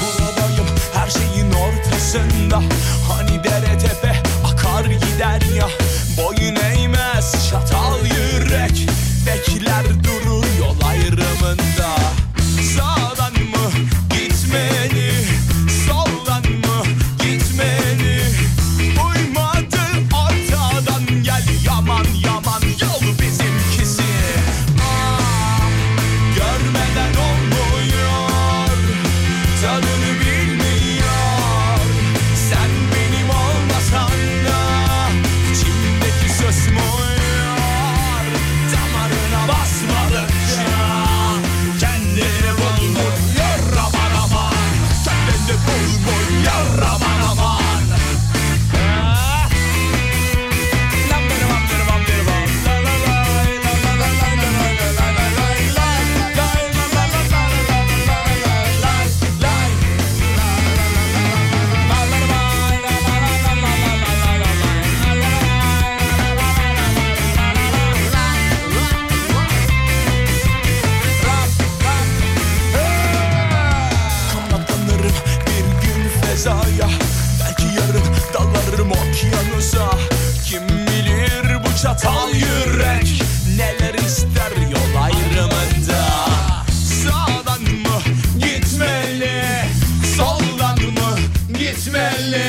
buradayım her şeyin ortasında Hani dere tepe akar gider ya Boyun eğmez çatal yürek Bekler durur yol ayrımında Sağdan mı gitmeli Soldan mı gitmeli Uymadı ortadan gel Yaman yaman yol bizimkisi Ah, Görmeden olmuyor tadını bilmiyor Sen benim olmasan da içimdeki söz uyuyor Damarına basmadıkça kendini bulmuyor aman aman Sen beni bulmuyor aman aman Ah! Lan benim am, benim am, benim am. La la lay, la la la lay, la la la lay, lay lay lay. Lay la la la la la la la la lay, lay, lay. Kanatlanırım bir gün fezaya Belki yarın dalarım okyanusa Kim bilir bu çatal yürek Neler ister yol ayrımında Sağdan mı gitmeli Soldan mı gitmeli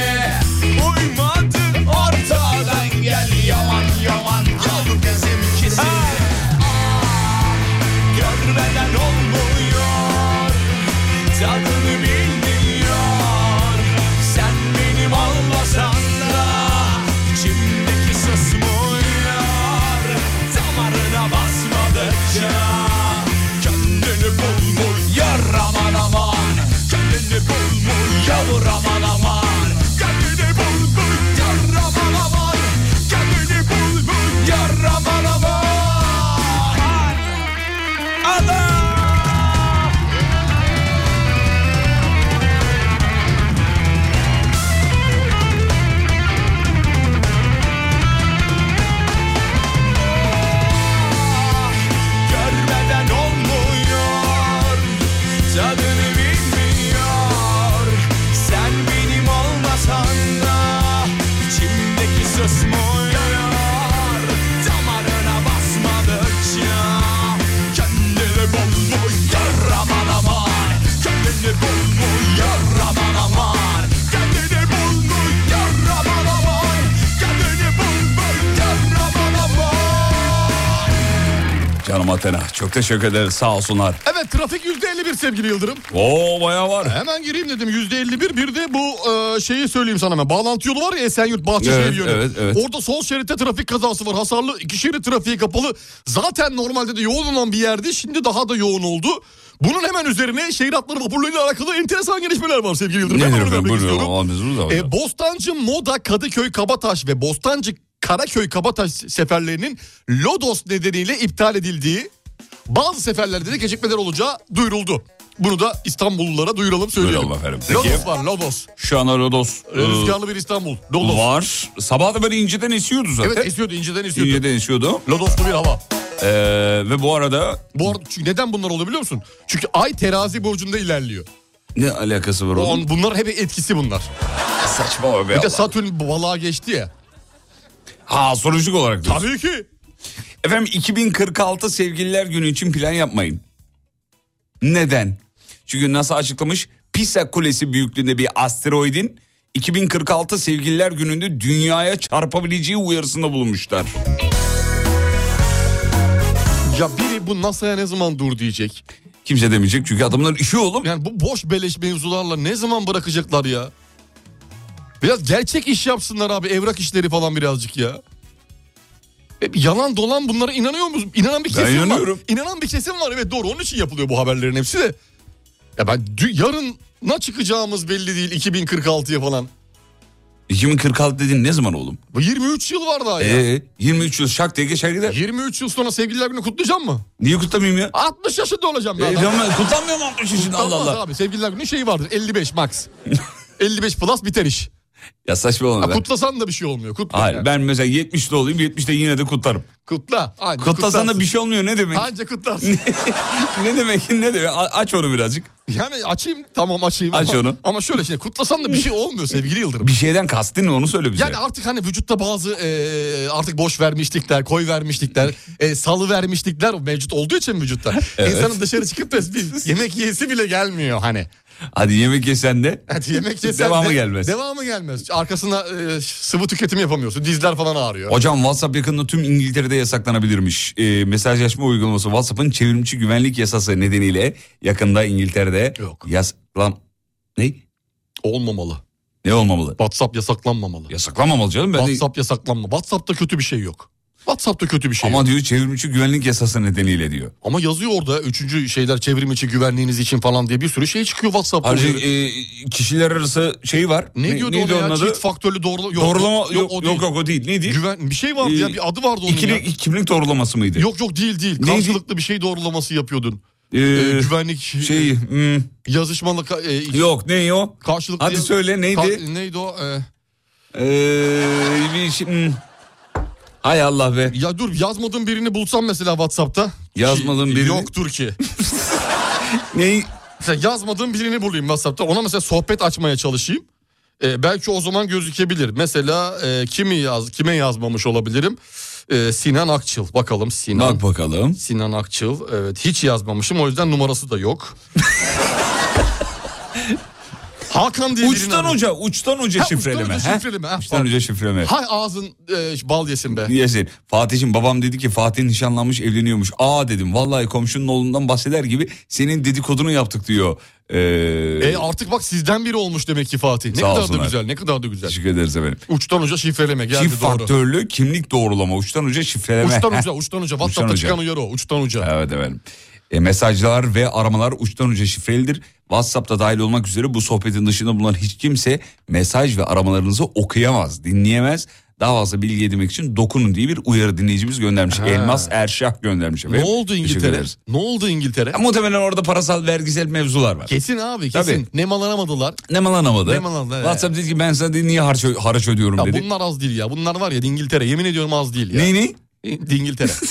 Uymadı ortadan gel Yaman yaman yol bizimkisi Ah, Görmeden olmuyor Tadını bilmiyor Sen benim olmasan da içimdeki susmuyor Damarına basmadıkça Kendini bulmuyor aman aman Kendini bulmuyor aman aman Kendini bulmuyor aman aman Kendini bulmuyor aman aman Adam Görmeden olmuyor Tadını bilmiyor Sen benim olmasan da içimdeki susmuyor Damarına basmadıkça Kendini bulmuyor aman aman Kendini bulmuyor aman aman Kendini bulmuyor aman aman Kendini bulmuyor aman aman
Canım Athena çok teşekkür ederiz sağ olsunlar.
evet trafik %51 sevgili Yıldırım.
Oo bayağı var.
[LAUGHS] Hemen gireyim dedim yüzde 51 bir de bu e, şeyi söyleyeyim sana ben bağlantı yolu var ya Esenyurt Bahçeşehir
Evet,
yönü.
evet, evet.
Orada sol şeritte trafik kazası var hasarlı iki şerit trafiğe kapalı zaten normalde de yoğun olan bir yerdi şimdi daha da yoğun oldu. Bunun hemen üzerine şehir hatları vapurlarıyla alakalı enteresan gelişmeler var sevgili Yıldırım. Hemen
Nedir
onu
efendim
vermek
buyurun.
istiyorum.
Anlatıyorsunuz da.
E, Bostancı, Moda, Kadıköy, Kabataş ve Bostancı, Karaköy, Kabataş seferlerinin Lodos nedeniyle iptal edildiği bazı seferlerde de gecikmeler olacağı duyuruldu. Bunu da İstanbullulara duyuralım söyleyelim.
Duyuralım efendim. Peki.
Lodos var Lodos. Ee,
Şu an Rodos.
E, Rüzgarlı bir İstanbul. Lodos.
Var. Sabah da böyle inceden esiyordu zaten.
Evet esiyordu inceden esiyordu.
İnceden esiyordu.
Lodoslu bir hava.
Ee, ve bu arada
Bu arada çünkü neden bunlar oluyor biliyor musun? Çünkü ay terazi burcunda ilerliyor.
ne alakası var
O
onun?
an- bunlar hep etkisi bunlar.
Saçma be
Bir de
Allah.
Satürn balığa geçti ya.
Ha sonuçluk olarak diyorsun.
Tabii ki.
Efendim 2046 sevgililer günü için plan yapmayın. Neden? Çünkü NASA açıklamış Pisa Kulesi büyüklüğünde bir asteroidin 2046 sevgililer gününde dünyaya çarpabileceği uyarısında bulunmuşlar.
Ya biri bu NASA'ya ne zaman dur diyecek.
Kimse demeyecek çünkü adamların işi oğlum.
Yani bu boş beleş mevzularla ne zaman bırakacaklar ya? Biraz gerçek iş yapsınlar abi evrak işleri falan birazcık ya. Hep yalan dolan bunlara inanıyor musun? İnanan bir
Ben
kesim
inanıyorum.
var. İnanan bir kesim var evet doğru onun için yapılıyor bu haberlerin hepsi de. Ya ben dü- yarına çıkacağımız belli değil 2046'ya falan.
2046 dedin ne zaman oğlum?
Bu 23 yıl var daha ya.
Ee, 23 yıl şak diye geçer gider.
23 yıl sonra sevgililer günü kutlayacağım mı?
Niye kutlamayayım ya?
60 yaşında olacağım ben.
Ee, tamam, kutlanmıyor mu 60 yaşında Allah
Olmaz
Allah.
abi sevgililer günü şeyi vardır 55 max. 55 plus biter iş.
Ya saçma
Ha,
olma be.
kutlasan da bir şey olmuyor. Kutla.
Hayır
Yani.
ben mesela 70'li olayım 70'te yine de kutlarım.
Kutla. Anca
Kutlasan da bir şey olmuyor ne demek?
Anca kutlarsın.
ne demek ne demek? A- Aç onu birazcık.
yani açayım tamam açayım.
Aç
ama,
onu.
Ama şöyle şimdi kutlasan da bir şey olmuyor sevgili Yıldırım.
Bir şey. şeyden kastın ne onu söyle bize.
Yani artık hani vücutta bazı e, artık boş vermişlikler, koy vermişlikler, e, salı vermişlikler mevcut olduğu için vücutta.
[LAUGHS] Evet.
İnsanın dışarı çıkıp da
[LAUGHS]
bir yemek yiyesi bile gelmiyor hani.
Hadi yemek yesen de
Hadi yemek yesen
devamı
de-
gelmez.
Devamı gelmez. Arkasına e, sıvı tüketim yapamıyorsun. Dizler falan ağrıyor.
Hocam WhatsApp yakında tüm İngiltere'de yasaklanabilirmiş. Ee, mesajlaşma uygulaması WhatsApp'ın çevrimçi güvenlik yasası nedeniyle yakında İngiltere'de
Yok.
yasaklan... Ne?
Olmamalı.
Ne olmamalı?
WhatsApp yasaklanmamalı.
Yasaklanmamalı canım. Ben de-
WhatsApp yasaklanma. WhatsApp'ta kötü bir şey yok. WhatsApp'ta kötü bir şey yok.
Ama diyor çevrimçi güvenlik yasası nedeniyle diyor.
Ama yazıyor orada üçüncü şeyler çevrim içi güvenliğiniz için falan diye bir sürü şey çıkıyor WhatsApp'ta.
Ayrıca
Orada-
e, kişiler arası şey var.
ne diyordu
neydi
ona ya?
onun adı?
Çift faktörlü doğrula... Yok,
Doğrulama yok yok,
o
yok,
değil.
o değil. Ne değil?
Güven... Bir şey vardı ya
Ee,
bir adı vardı onun
İkili
ya.
kimlik doğrulaması mıydı?
Yok yok değil değil.
Neydi?
Karşılıklı bir şey doğrulaması yapıyordun.
Ee,
Ee, güvenlik
şey
şey
hmm,
yazışmalı ka- e,
yok ne o?
karşılıklı
Hadi söyle, neydi?
Ka- neydi o? Ee,
Ee, bir şey, hmm. Hay Allah be.
ya dur yazmadığın birini bulsam mesela WhatsApp'ta.
Yazmadığın
Ki-
birini-
Yoktur ki.
Neyi?
Mesela yazmadığım birini bulayım WhatsApp'ta. Ona mesela sohbet açmaya çalışayım. Ee, belki o zaman gözükebilir. Mesela e, kimi yaz kime yazmamış olabilirim? Ee, Sinan Akçıl. Bakalım Sinan.
Bak bakalım.
Sinan Akçıl. Evet hiç yazmamışım. O yüzden numarası da
[LAUGHS]
yok. Hakan diye birini
Uçtan
aradım.
hoca, uçtan hoca
Ha, uçtan
şifreleme.
hoca
he?
şifreleme, ha,
Uçtan
pardon.
hoca şifreleme.
Hay ağzın e, bal yesin be.
Yesin. Fatih'im babam dedi ki Fatih nişanlanmış evleniyormuş. Aa dedim vallahi komşunun oğlundan bahseder gibi senin dedikodunu yaptık diyor. Ee,
E artık bak sizden biri olmuş demek ki Fatih. Ne
Sağ
kadar
olsunlar.
da güzel, ne kadar da güzel.
teşekkür ederiz efendim.
Uçtan hoca şifreleme geldi
Çift
doğru.
faktörlü kimlik doğrulama, uçtan hoca şifreleme.
Uçtan
Heh.
hoca, uçtan hoca. WhatsApp'ta
hoca.
çıkan uyarı o. Uçtan hoca.
Evet efendim. E, mesajlar ve aramalar uçtan uca şifrelidir. WhatsApp'ta dahil olmak üzere bu sohbetin dışında bulunan hiç kimse mesaj ve aramalarınızı okuyamaz, dinleyemez. Daha fazla bilgi edinmek için dokunun diye bir uyarı dinleyicimiz göndermiş. Elmas Erşah göndermiş
Ne
efendim.
oldu
Teşekkür
İngiltere?
ederiz.
Ne oldu İngiltere?
Ya, muhtemelen orada parasal vergisel mevzular var.
Kesin abi kesin.
Tabii.
Nemalanamadılar.
Ne malanamadı.
Nemalanamadı, evet.
WhatsApp dedi ki ben sana dedi, niye harç, haraç ödüyorum
Ya
dedi.
bunlar az değil ya. Bunlar var ya İngiltere. Yemin ediyorum az değil ya.
Neyi neyi?
İngiltere.
[LAUGHS]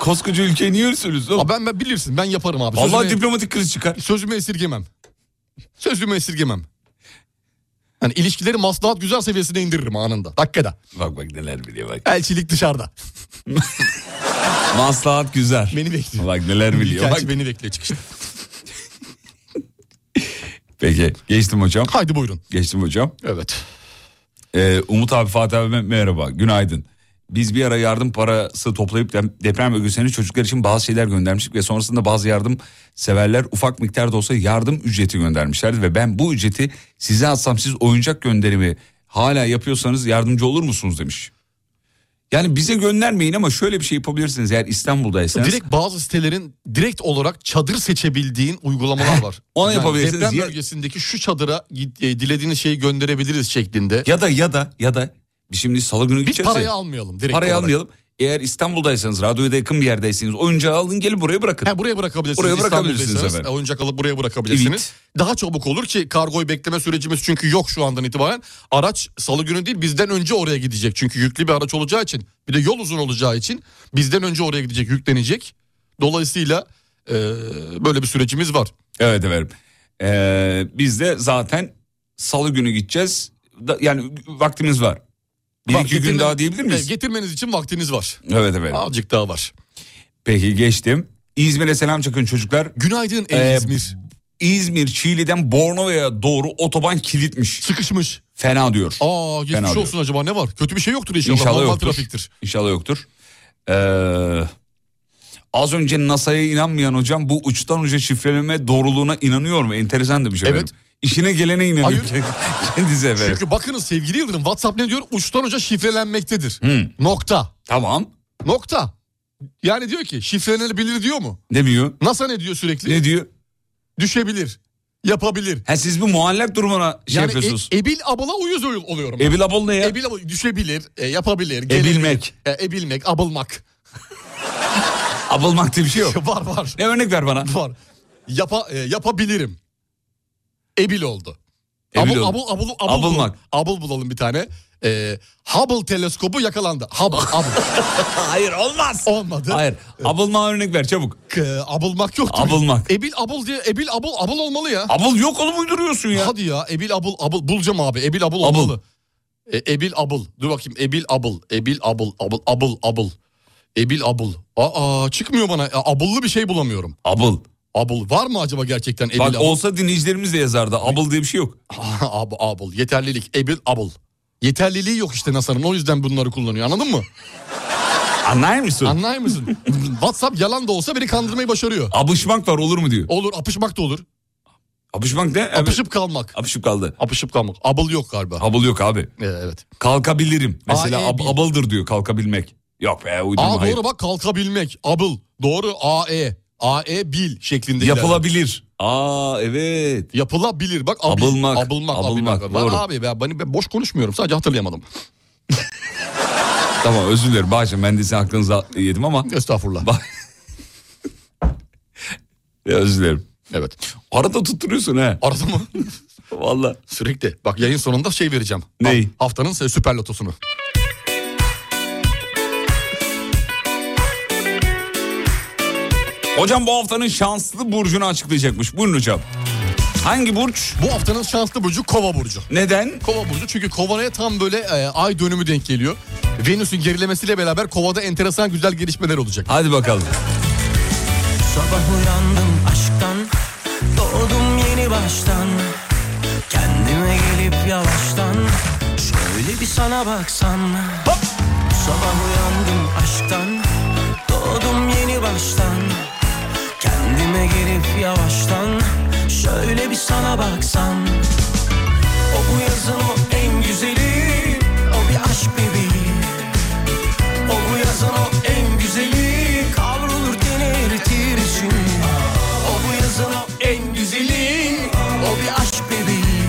Koskoca ülkeyi niye öyle söylüyorsun? oğlum?
Aa, ben, ben bilirsin ben yaparım abi.
Vallahi
Sözüme,
diplomatik kriz çıkar.
sözümü esirgemem. Sözümü esirgemem. Yani ilişkileri maslahat güzel seviyesine indiririm anında. Dakikada.
Bak bak neler biliyor bak.
Elçilik dışarıda.
Maslahat güzel.
Beni bekliyor.
Bak
[LAUGHS]
neler biliyor. Bak
Elçi beni bekliyor çıkışta.
Peki geçtim hocam.
Haydi buyurun.
Geçtim hocam.
Evet.
Ee, Umut abi Fatih abi merhaba günaydın. Biz bir ara yardım parası toplayıp dem- deprem bölgesine çocuklar için bazı şeyler göndermiştik ve sonrasında bazı yardım severler ufak miktarda olsa yardım ücreti göndermişlerdi ve ben bu ücreti size atsam siz oyuncak gönderimi hala yapıyorsanız yardımcı olur musunuz demiş. Yani bize göndermeyin ama şöyle bir şey yapabilirsiniz eğer İstanbul'daysanız.
Direkt bazı sitelerin direkt olarak çadır seçebildiğin uygulamalar
[LAUGHS]
var.
onu yapabilirsiniz.
Deprem
Ya-
bölgesindeki şu çadıra git- e, dilediğiniz şeyi gönderebiliriz şeklinde.
Ya da ya da ya da biz şimdi salı günü
Biz
gideceğiz. ya.
parayı almayalım direkt
şey- Parayı
olarak.
almayalım. Eğer İstanbul'daysanız, radyoya yakın bir yerdeyseniz oyuncağı alın gelin buraya bırakın.
Ha, buraya bırakabilirsiniz.
Buraya bırakabilirsiniz
İstanbul'daysanız,
efendim.
e, Oyuncak alıp buraya bırakabilirsiniz. Daha çabuk olur ki kargoyu bekleme sürecimiz çünkü yok şu andan itibaren. Araç salı günü değil bizden önce oraya gidecek. Çünkü yüklü bir araç olacağı için bir de yol uzun olacağı için bizden önce oraya gidecek yüklenecek. Dolayısıyla e, böyle bir sürecimiz var.
Evet efendim. Ee, biz de zaten salı günü gideceğiz. Da- yani vaktimiz var. Bir
Var,
iki gün
getirmen-
daha diyebilir miyiz?
E, Getirmeniz için vaktiniz var.
Evet evet.
Azıcık daha var.
Peki geçtim. İzmir'e selam çakın çocuklar.
Günaydın ey
Ee,
İzmir.
İzmir Çiğli'den Bornova'ya doğru otoban kilitmiş.
Sıkışmış.
Fena diyor.
Aa geçmiş
Fena diyor.
olsun acaba ne var? Kötü bir şey yoktur inşallah.
İnşallah
Normal
yoktur.
trafiktir.
İnşallah yoktur. Ee, az önce NASA'ya inanmayan hocam bu uçtan uca şifreleme doğruluğuna inanıyor mu? Enteresan demiş efendim.
Evet.
İşine gelene inanıyor. [LAUGHS] Kendisi efendim.
Çünkü bakınız sevgili Yıldırım WhatsApp ne diyor? Uçtan uca şifrelenmektedir.
Hı.
Nokta.
Tamam.
Nokta. Yani diyor ki şifrelenebilir diyor mu?
Demiyor.
NASA ne diyor sürekli?
Ne diyor?
Düşebilir. Yapabilir.
Ha siz bu muallak durumuna şey
yani
yapıyorsunuz.
e- ebil abala uyuz ol- oluyorum. ben.
Ebil abol ne ya?
Ebil abala düşebilir, e, yapabilir, gelebilir.
Ebilmek.
E, ebilmek, abılmak.
Abılmak diye bir şey
[LAUGHS]
yok.
var var.
Ne örnek ver bana?
[LAUGHS] Var. Yapa, e, yapabilirim. Ebil oldu.
Ebil
abul,
oldu.
abul, abul, abul, bulalım.
Abılmak.
Abul bulalım bir tane. E, Hubble teleskobu yakalandı. Hubble, Hubble.
[LAUGHS] Hayır olmaz.
Olmadı.
Hayır. Abılma örnek ver çabuk.
K- abılmak yoktu.
Abılmak.
Ebil abul diye ebil abul abul olmalı ya.
Abıl yok oğlum uyduruyorsun ya.
Hadi ya ebil abul abul bulacağım abi ebil abul
Abul.
olmalı. E, ebil abul dur bakayım ebil abul ebil abul abul abul abul. Ebil abul. Aa çıkmıyor bana. Ya, abullu bir şey bulamıyorum.
Abıl.
Abul var mı acaba gerçekten ebil
Bak
abul?
olsa dinleyicilerimiz de yazardı. Abıl diye bir şey yok.
Ab, abul yeterlilik ebil abul. Yeterliliği yok işte NASA'nın o yüzden bunları kullanıyor anladın mı?
Anlar mısın?
Anlar mısın? WhatsApp yalan da olsa beni kandırmayı başarıyor.
Abışmak var olur mu diyor.
Olur apışmak da olur.
Abışmak ne? Evet.
Apışıp kalmak.
Apışıp kaldı.
Apışıp kalmak. Abul yok galiba.
Abıl yok abi.
Ee, evet.
Kalkabilirim. Mesela
Aa, e,
ab-
bil-
abıldır diyor kalkabilmek. Yok be uydurma
Aa
hayır.
doğru bak kalkabilmek. Abıl. Doğru AE. AE bil şeklinde. ilerler.
Yapılabilir. Aa evet.
Yapılabilir. Bak abil.
Abılmak.
Abılmak.
Abılmak,
abılmak.
doğru.
Lan abi ben, ben, ben boş konuşmuyorum. Sadece hatırlayamadım.
Tamam özür dilerim. Bağışın ben de sizin aklınıza yedim ama.
Estağfurullah.
Ba- [LAUGHS] Ya, özür dilerim.
Evet.
Arada tutturuyorsun ha.
Arada mı?
Valla.
[LAUGHS] Sürekli. Bak yayın sonunda şey vereceğim.
Neyi?
Ha- haftanın se- süper lotosunu.
Hocam bu haftanın şanslı burcunu açıklayacakmış. Buyurun hocam. Hangi burç?
Bu haftanın şanslı burcu kova burcu.
Neden?
Kova burcu çünkü kovaya tam böyle e, ay dönümü denk geliyor. Venüs'ün gerilemesiyle beraber kovada enteresan güzel gelişmeler olacak.
Hadi bakalım.
Sabah uyandım aşktan Doğdum yeni baştan Kendime gelip yavaştan Şöyle bir sana baksan Sabah uyandım aşktan Doğdum yeni baştan Kendime gelip yavaştan Şöyle bir sana baksan O bu yazın o en güzeli O bir aşk bebeği o bu yazın o en güzeli Kavrulur gene eritir içini O bu yazın o en güzeli O bir aşk bebeği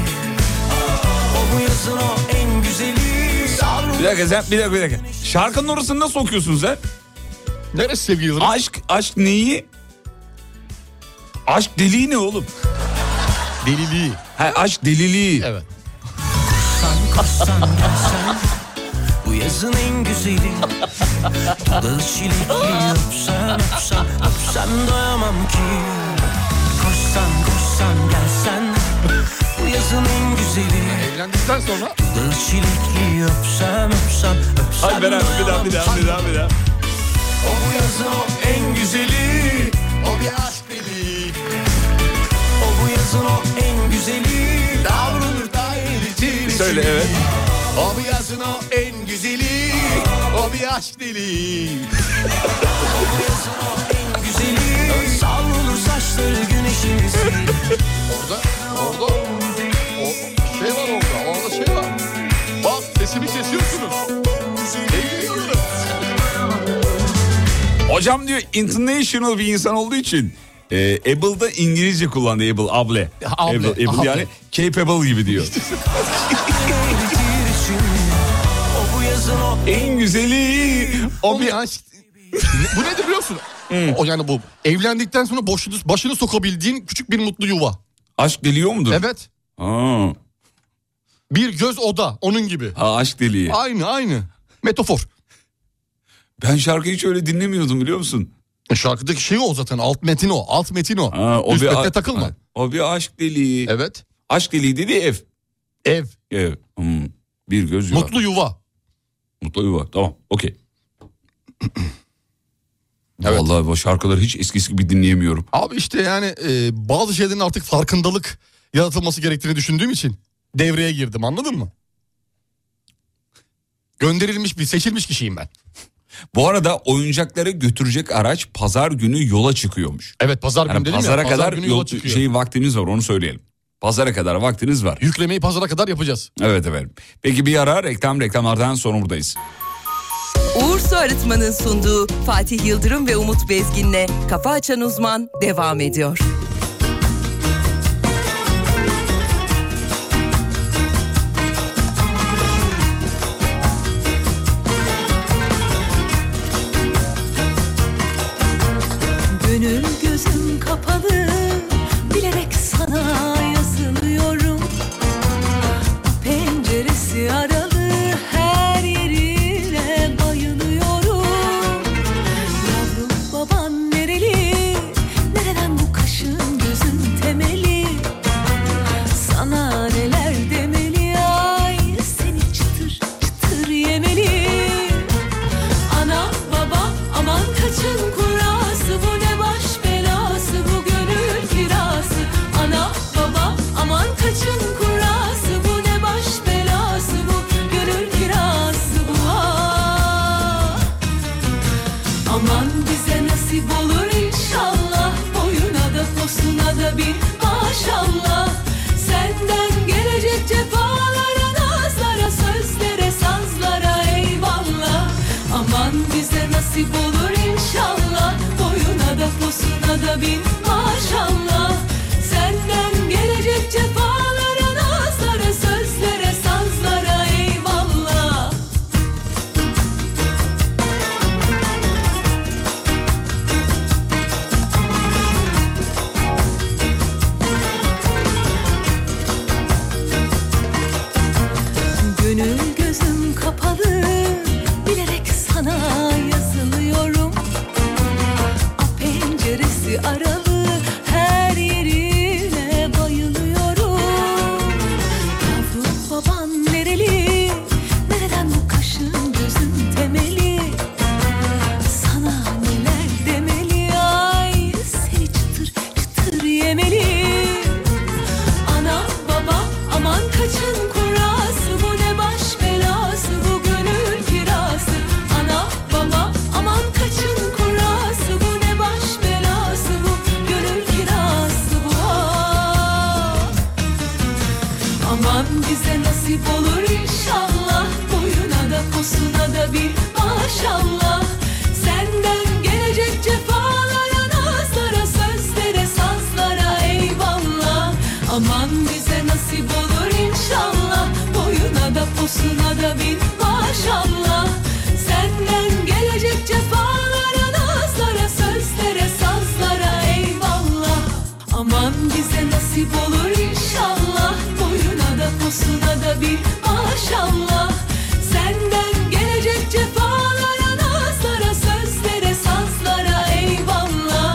O bu yazın o en güzeli Savrulur
Bir dakika sen bir dakika bir dakika. Şarkının orasını nasıl okuyorsun sen?
Neresi sevgili Yıldırım?
Aşk, aşk neyi? Aşk deliği ne oğlum?
Deliliği.
Ha, aşk deliliği.
Evet.
koşsan gelsen Bu yazın en güzeli Dudağı çilekli öpsen öpsen Öpsem doyamam ki Koşsan koşsan gelsen Bu yazın en güzeli
Evlendikten sonra
Dalı çilekli öpsem öpsem öpsem
Hadi beraber bir daha bir daha bir daha bir daha.
O bu yazın o en güzeli O bir aşk deli O bu yazın o en güzeli Kavrulur da eritir
Söyle
içimi.
evet.
O bu yazın o en güzeli O bir aşk deli O bu yazın o en güzeli Savrulur saçları güneşimizi
Orada, orada o şey var orada, orada şey var. Bak sesimi kesiyorsunuz. Sevgili Yıldırım.
Hocam diyor international bir insan olduğu için e, able'da İngilizce kullandı Able, able.
able,
able, able
able.
yani capable gibi diyor.
O bu yazın o
en güzeli.
O bir aşk. bu nedir biliyor musun? O yani bu evlendikten sonra boşunu, başını sokabildiğin küçük bir mutlu yuva.
Aşk deliyor mudur?
Evet.
Aa,
Bir göz oda onun gibi.
ha, aşk deliği.
Aynı aynı. Metafor.
Ben şarkıyı hiç öyle dinlemiyordum biliyor musun?
E Şarkıdaki şey o zaten alt metin o. Alt metin o.
Ha,
Üst
bir a-
metne takılma.
Ha, O bir aşk deliği.
Evet.
Aşk deliği dedi ev.
Ev.
Ev. Hmm, Bir göz yuva.
Mutlu yuva.
Mutlu yuva. Tamam. Okey.
[CLEARS THROAT]
Vallahi bu şarkıları hiç eskisi gibi dinleyemiyorum.
Abi işte yani e, bazı şeylerin artık farkındalık yaratılması gerektiğini düşündüğüm için devreye girdim anladın mı? Gönderilmiş bir seçilmiş kişiyim ben.
Bu arada oyuncakları götürecek araç pazar günü yola çıkıyormuş.
Evet pazar günü
Yani
dedim
pazara
ya. Pazar
kadar
günü yola
yol-
çıkıyor.
şey vaktiniz var onu söyleyelim. Pazara kadar vaktiniz var.
Yüklemeyi pazara kadar yapacağız.
Evet efendim. Peki bir ara reklam reklamlardan sonra buradayız.
Uğur Su Arıtma'nın sunduğu Fatih Yıldırım ve Umut Bezgin'le Kafa Açan Uzman devam ediyor.
Gönül gözüm kapalı Bilerek sana yazılıyorum Bu penceresi aralı Her yerine bayılıyorum Yavrum baban nereli Nereden bu kaşın gözün temeli Sana neler demeli Ay seni çıtır çıtır yemeli Anam babam aman kaçın kurası Bu ne baş belası bu gönül kirası Anam babam aman kaçın kurası Bu ne baş belası bu gönül kirası bu ah. Aman bize nasip olur inşallah Boyuna da posuna da bir maşallah Senden gelecek cefalara nazlara Sözlere sazlara eyvallah Aman bize nasip olur inşallah Boyuna da posuna da bir maşallah Senden gelecek cefalara nazlara Sözlere sazlara eyvallah Gönül gözüm kapalı Bilerek sana yazılıyorum A penceresi aralı Her yerine bayılıyorum Yavrum baban nereli Nereden bu kaşın gözün temeli Sana neler demeli Ay seni çıtır çıtır yemeli Ana baba aman kaçın kurası bu ne baş belası bu gönül kirası Ana baba aman kaçın kurası bu ne baş belası bu gönül kirası bu ah. Aman bize nasip olur inşallah Boyuna da posuna da bir maşallah Senden gelecek cefalara nazlara Sözlere sazlara eyvallah Aman bize nasip olur inşallah Boyuna da posuna da bir maşallah Senden gelecek cefalara nazlara Sözlere sazlara eyvallah Aman bize nasip olur inşallah Boyuna da posuna da bir maşallah Senden gelecek cefalara nazlara Sözlere sazlara eyvallah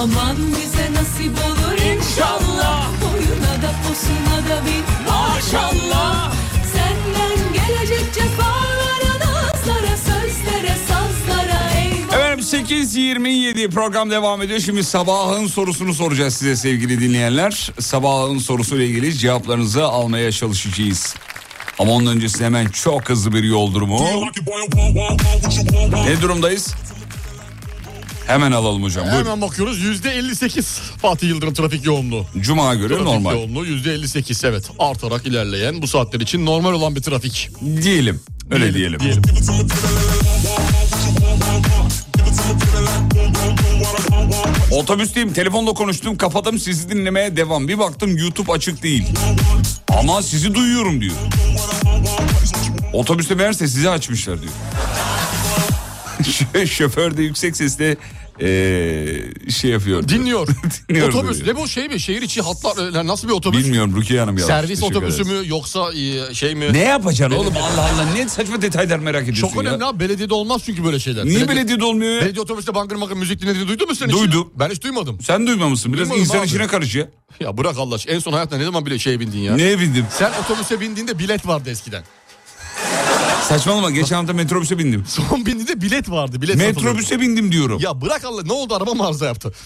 Aman bize nasip olur inşallah Boyuna da posuna da bir maşallah Senden gelecek cefalara nazlara Sözlere sazlara eyvallah
Efendim 8.27 program devam ediyor. Şimdi sabahın sorusunu soracağız size sevgili dinleyenler. Sabahın sorusuyla ilgili cevaplarınızı almaya çalışacağız. Ama onun öncesi hemen çok hızlı bir yol durumu. Ne durumdayız? Hemen alalım hocam. Buyurun.
Hemen bakıyoruz yüzde 58 Fatih Yıldırım trafik yoğunluğu.
Cuma göre
Trafik
normal.
yoğunluğu yüzde 58 evet artarak ilerleyen bu saatler için normal olan bir trafik.
Diyelim. Öyle diyelim. Otobüsteyim telefonla konuştum kapadım sizi dinlemeye devam. Bir baktım YouTube açık değil. Ama sizi duyuyorum diyor. Otobüste meğerse sizi açmışlar diyor. [LAUGHS] Şö- Şoför de yüksek sesle ee, şey yapıyor. [LAUGHS]
Dinliyor.
Dinliyor
otobüs. Ne
diyor.
bu şey mi? Şehir içi hatlar e, nasıl bir otobüs?
Bilmiyorum Rukiye Hanım yalan.
Servis
Teşekkür
otobüsü
ederiz.
mü yoksa e, şey mi?
Ne yapacaksın oğlum Allah Allah ne saçma detaylar merak ediyorsun
Çok önemli
ya.
abi belediyede olmaz çünkü böyle şeyler.
Niye belediyede olmuyor?
Belediye otobüste bangır bangır müzik dinlediğini duydun mu sen hiç?
Duydum.
Ben hiç duymadım.
Sen duymamışsın biraz
Duymadım
insan
abi.
içine karışıyor.
Ya bırak Allah aşkına en son hayatta ne zaman bile şeye bindin ya?
Neye bindim?
Sen otobüse bindiğinde bilet vardı eskiden. [LAUGHS]
Saçmalama geçen hafta metrobüse bindim.
Son bindiğinde bilet vardı. Bilet
Metrobüse bindim diyorum.
Ya bırak Allah ne oldu araba mı arıza yaptı? [LAUGHS]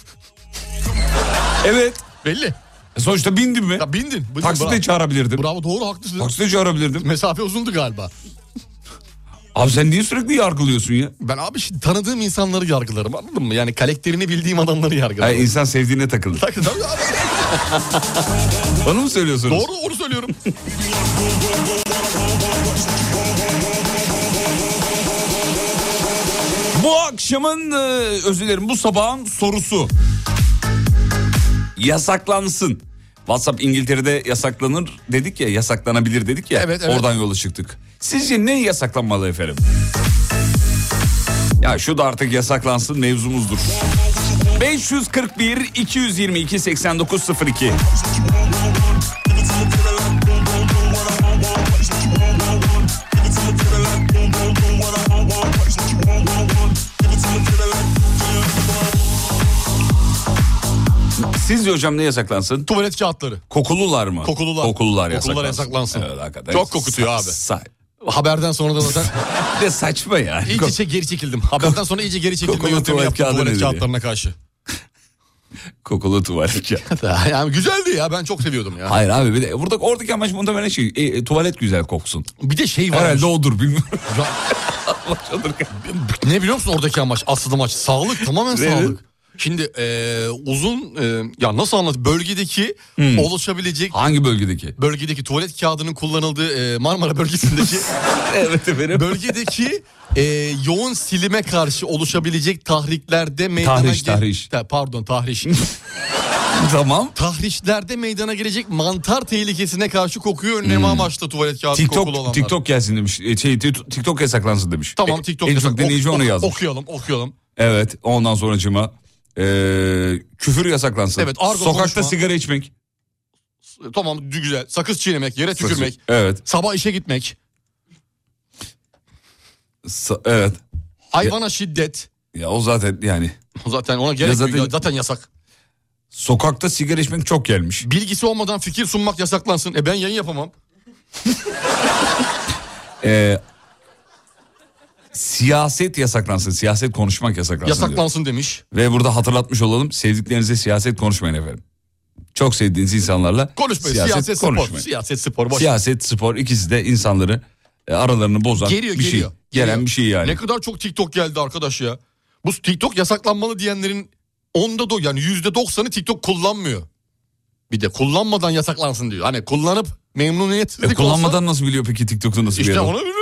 Evet.
Belli.
E Sonuçta bindim mi?
Ya bindin. bindin
Taksi de
bravo.
çağırabilirdim.
Bravo doğru haklısın.
Taksi de çağırabilirdim.
Mesafe uzundu galiba.
Abi sen niye sürekli yargılıyorsun ya?
Ben abi şimdi tanıdığım insanları yargılarım anladın mı? Yani kalekterini bildiğim adamları yargılarım.
Ha, insan sevdiğine takılır.
[LAUGHS] Tabii, tabii abi.
Onu mu söylüyorsunuz?
Doğru onu
[LAUGHS]
söylüyorum.
Bu akşamın e, özür dilerim bu sabahın sorusu. Yasaklansın. WhatsApp İngiltere'de yasaklanır dedik ya yasaklanabilir dedik ya
Evet, evet.
oradan yola çıktık. Sizce ne yasaklanmalı efendim? Ya şu da artık yasaklansın mevzumuzdur. 541 222 8902 Sizce hocam ne yasaklansın?
Tuvalet kağıtları.
Kokulular mı?
Kokulular.
Kokulular
Kokulular
yasaklansın.
yasaklansın.
Evet, hakikaten.
Çok kokutuyor
Sa-
abi.
sa-
Haberden sonra da
[LAUGHS]
zaten
Bir de saçma ya.
iyice içe geri çekildim. Haberden sonra iyice geri çekilme
Kokulu
yöntemi
tuvalet
yaptım
kağıdı
tuvalet
nedir ya?
kağıtlarına karşı. [LAUGHS]
Kokulu tuvalet ya.
yani güzeldi ya ben çok seviyordum ya.
Hayır abi bir de burada oradaki amaç muhtemelen şey e, e, tuvalet güzel koksun.
Bir de şey var.
Herhalde odur bilmiyorum.
[LAUGHS] Ya,
Başladır.
ne biliyor musun oradaki amaç? Aslında amaç sağlık tamamen
Evet.
sağlık. Şimdi eee, uzun eee, ya nasıl anlat bölgedeki
Hmm.
oluşabilecek
Hangi bölgedeki?
bölgedeki tuvalet kağıdının kullanıldığı eee, Marmara bölgesindeki
[LAUGHS] evet efendim.
bölgedeki eee, yoğun silime karşı oluşabilecek tahriklerde meydana
Tahriş,
gel-
tahriş.
Ta- pardon
[LAUGHS]
tahriş
tamam.
tahrişlerde meydana gelecek mantar tehlikesine karşı kokuyu önleme amaçlı tuvalet kağıdı kokulu
Hmm. TikTok
olanlar.
Tiktok gelsin demiş. E, şey, tit- TikTok yasaklansın demiş.
Tamam
E,
TikTok.
En
yasak.
çok
Ok-
deneyici onu
ok-
yazmış.
Okuyalım okuyalım.
Evet ondan sonracığıma e, küfür yasaklansın.
Evet, argo
Sokakta
konuşma.
sigara içmek.
Tamam güzel. Sakız çiğnemek, yere tükürmek,
Evet.
sabah işe gitmek,
Sa- evet.
hayvana şiddet.
Ya o zaten yani
Zaten ona gerek
Ya
yok.
zaten-
zaten... zaten yasak.
sokakta sigara içmek çok gelmiş.
Bilgisi olmadan fikir sunmak yasaklansın. E ben yayın yapamam.
E, siyaset yasaklansın. Siyaset konuşmak yasaklansın. diyor.
yasaklansın demiş.
Ve burada hatırlatmış olalım. Sevdiklerinize siyaset konuşmayın efendim. Çok sevdiğiniz insanlarla
Konuşmayın. Siyaset, spor.
konuşmayın.
Siyaset spor. Boş.
Siyaset, spor ikisi de insanları e, aralarını bozan
Geliyor,
bir
geliyor.
şey. Gelen
Geliyor.
bir şey yani.
Ne kadar çok TikTok geldi arkadaş ya. Bu TikTok yasaklanmalı diyenlerin onda da yani yüzde doksanı TikTok kullanmıyor. Bir de kullanmadan yasaklansın diyor. Hani kullanıp memnuniyetsizlik
E, kullanmadan nasıl biliyor peki TikTok'ta nasıl
olsa, işte
bir adam?
onu
[LAUGHS]
biliyorum.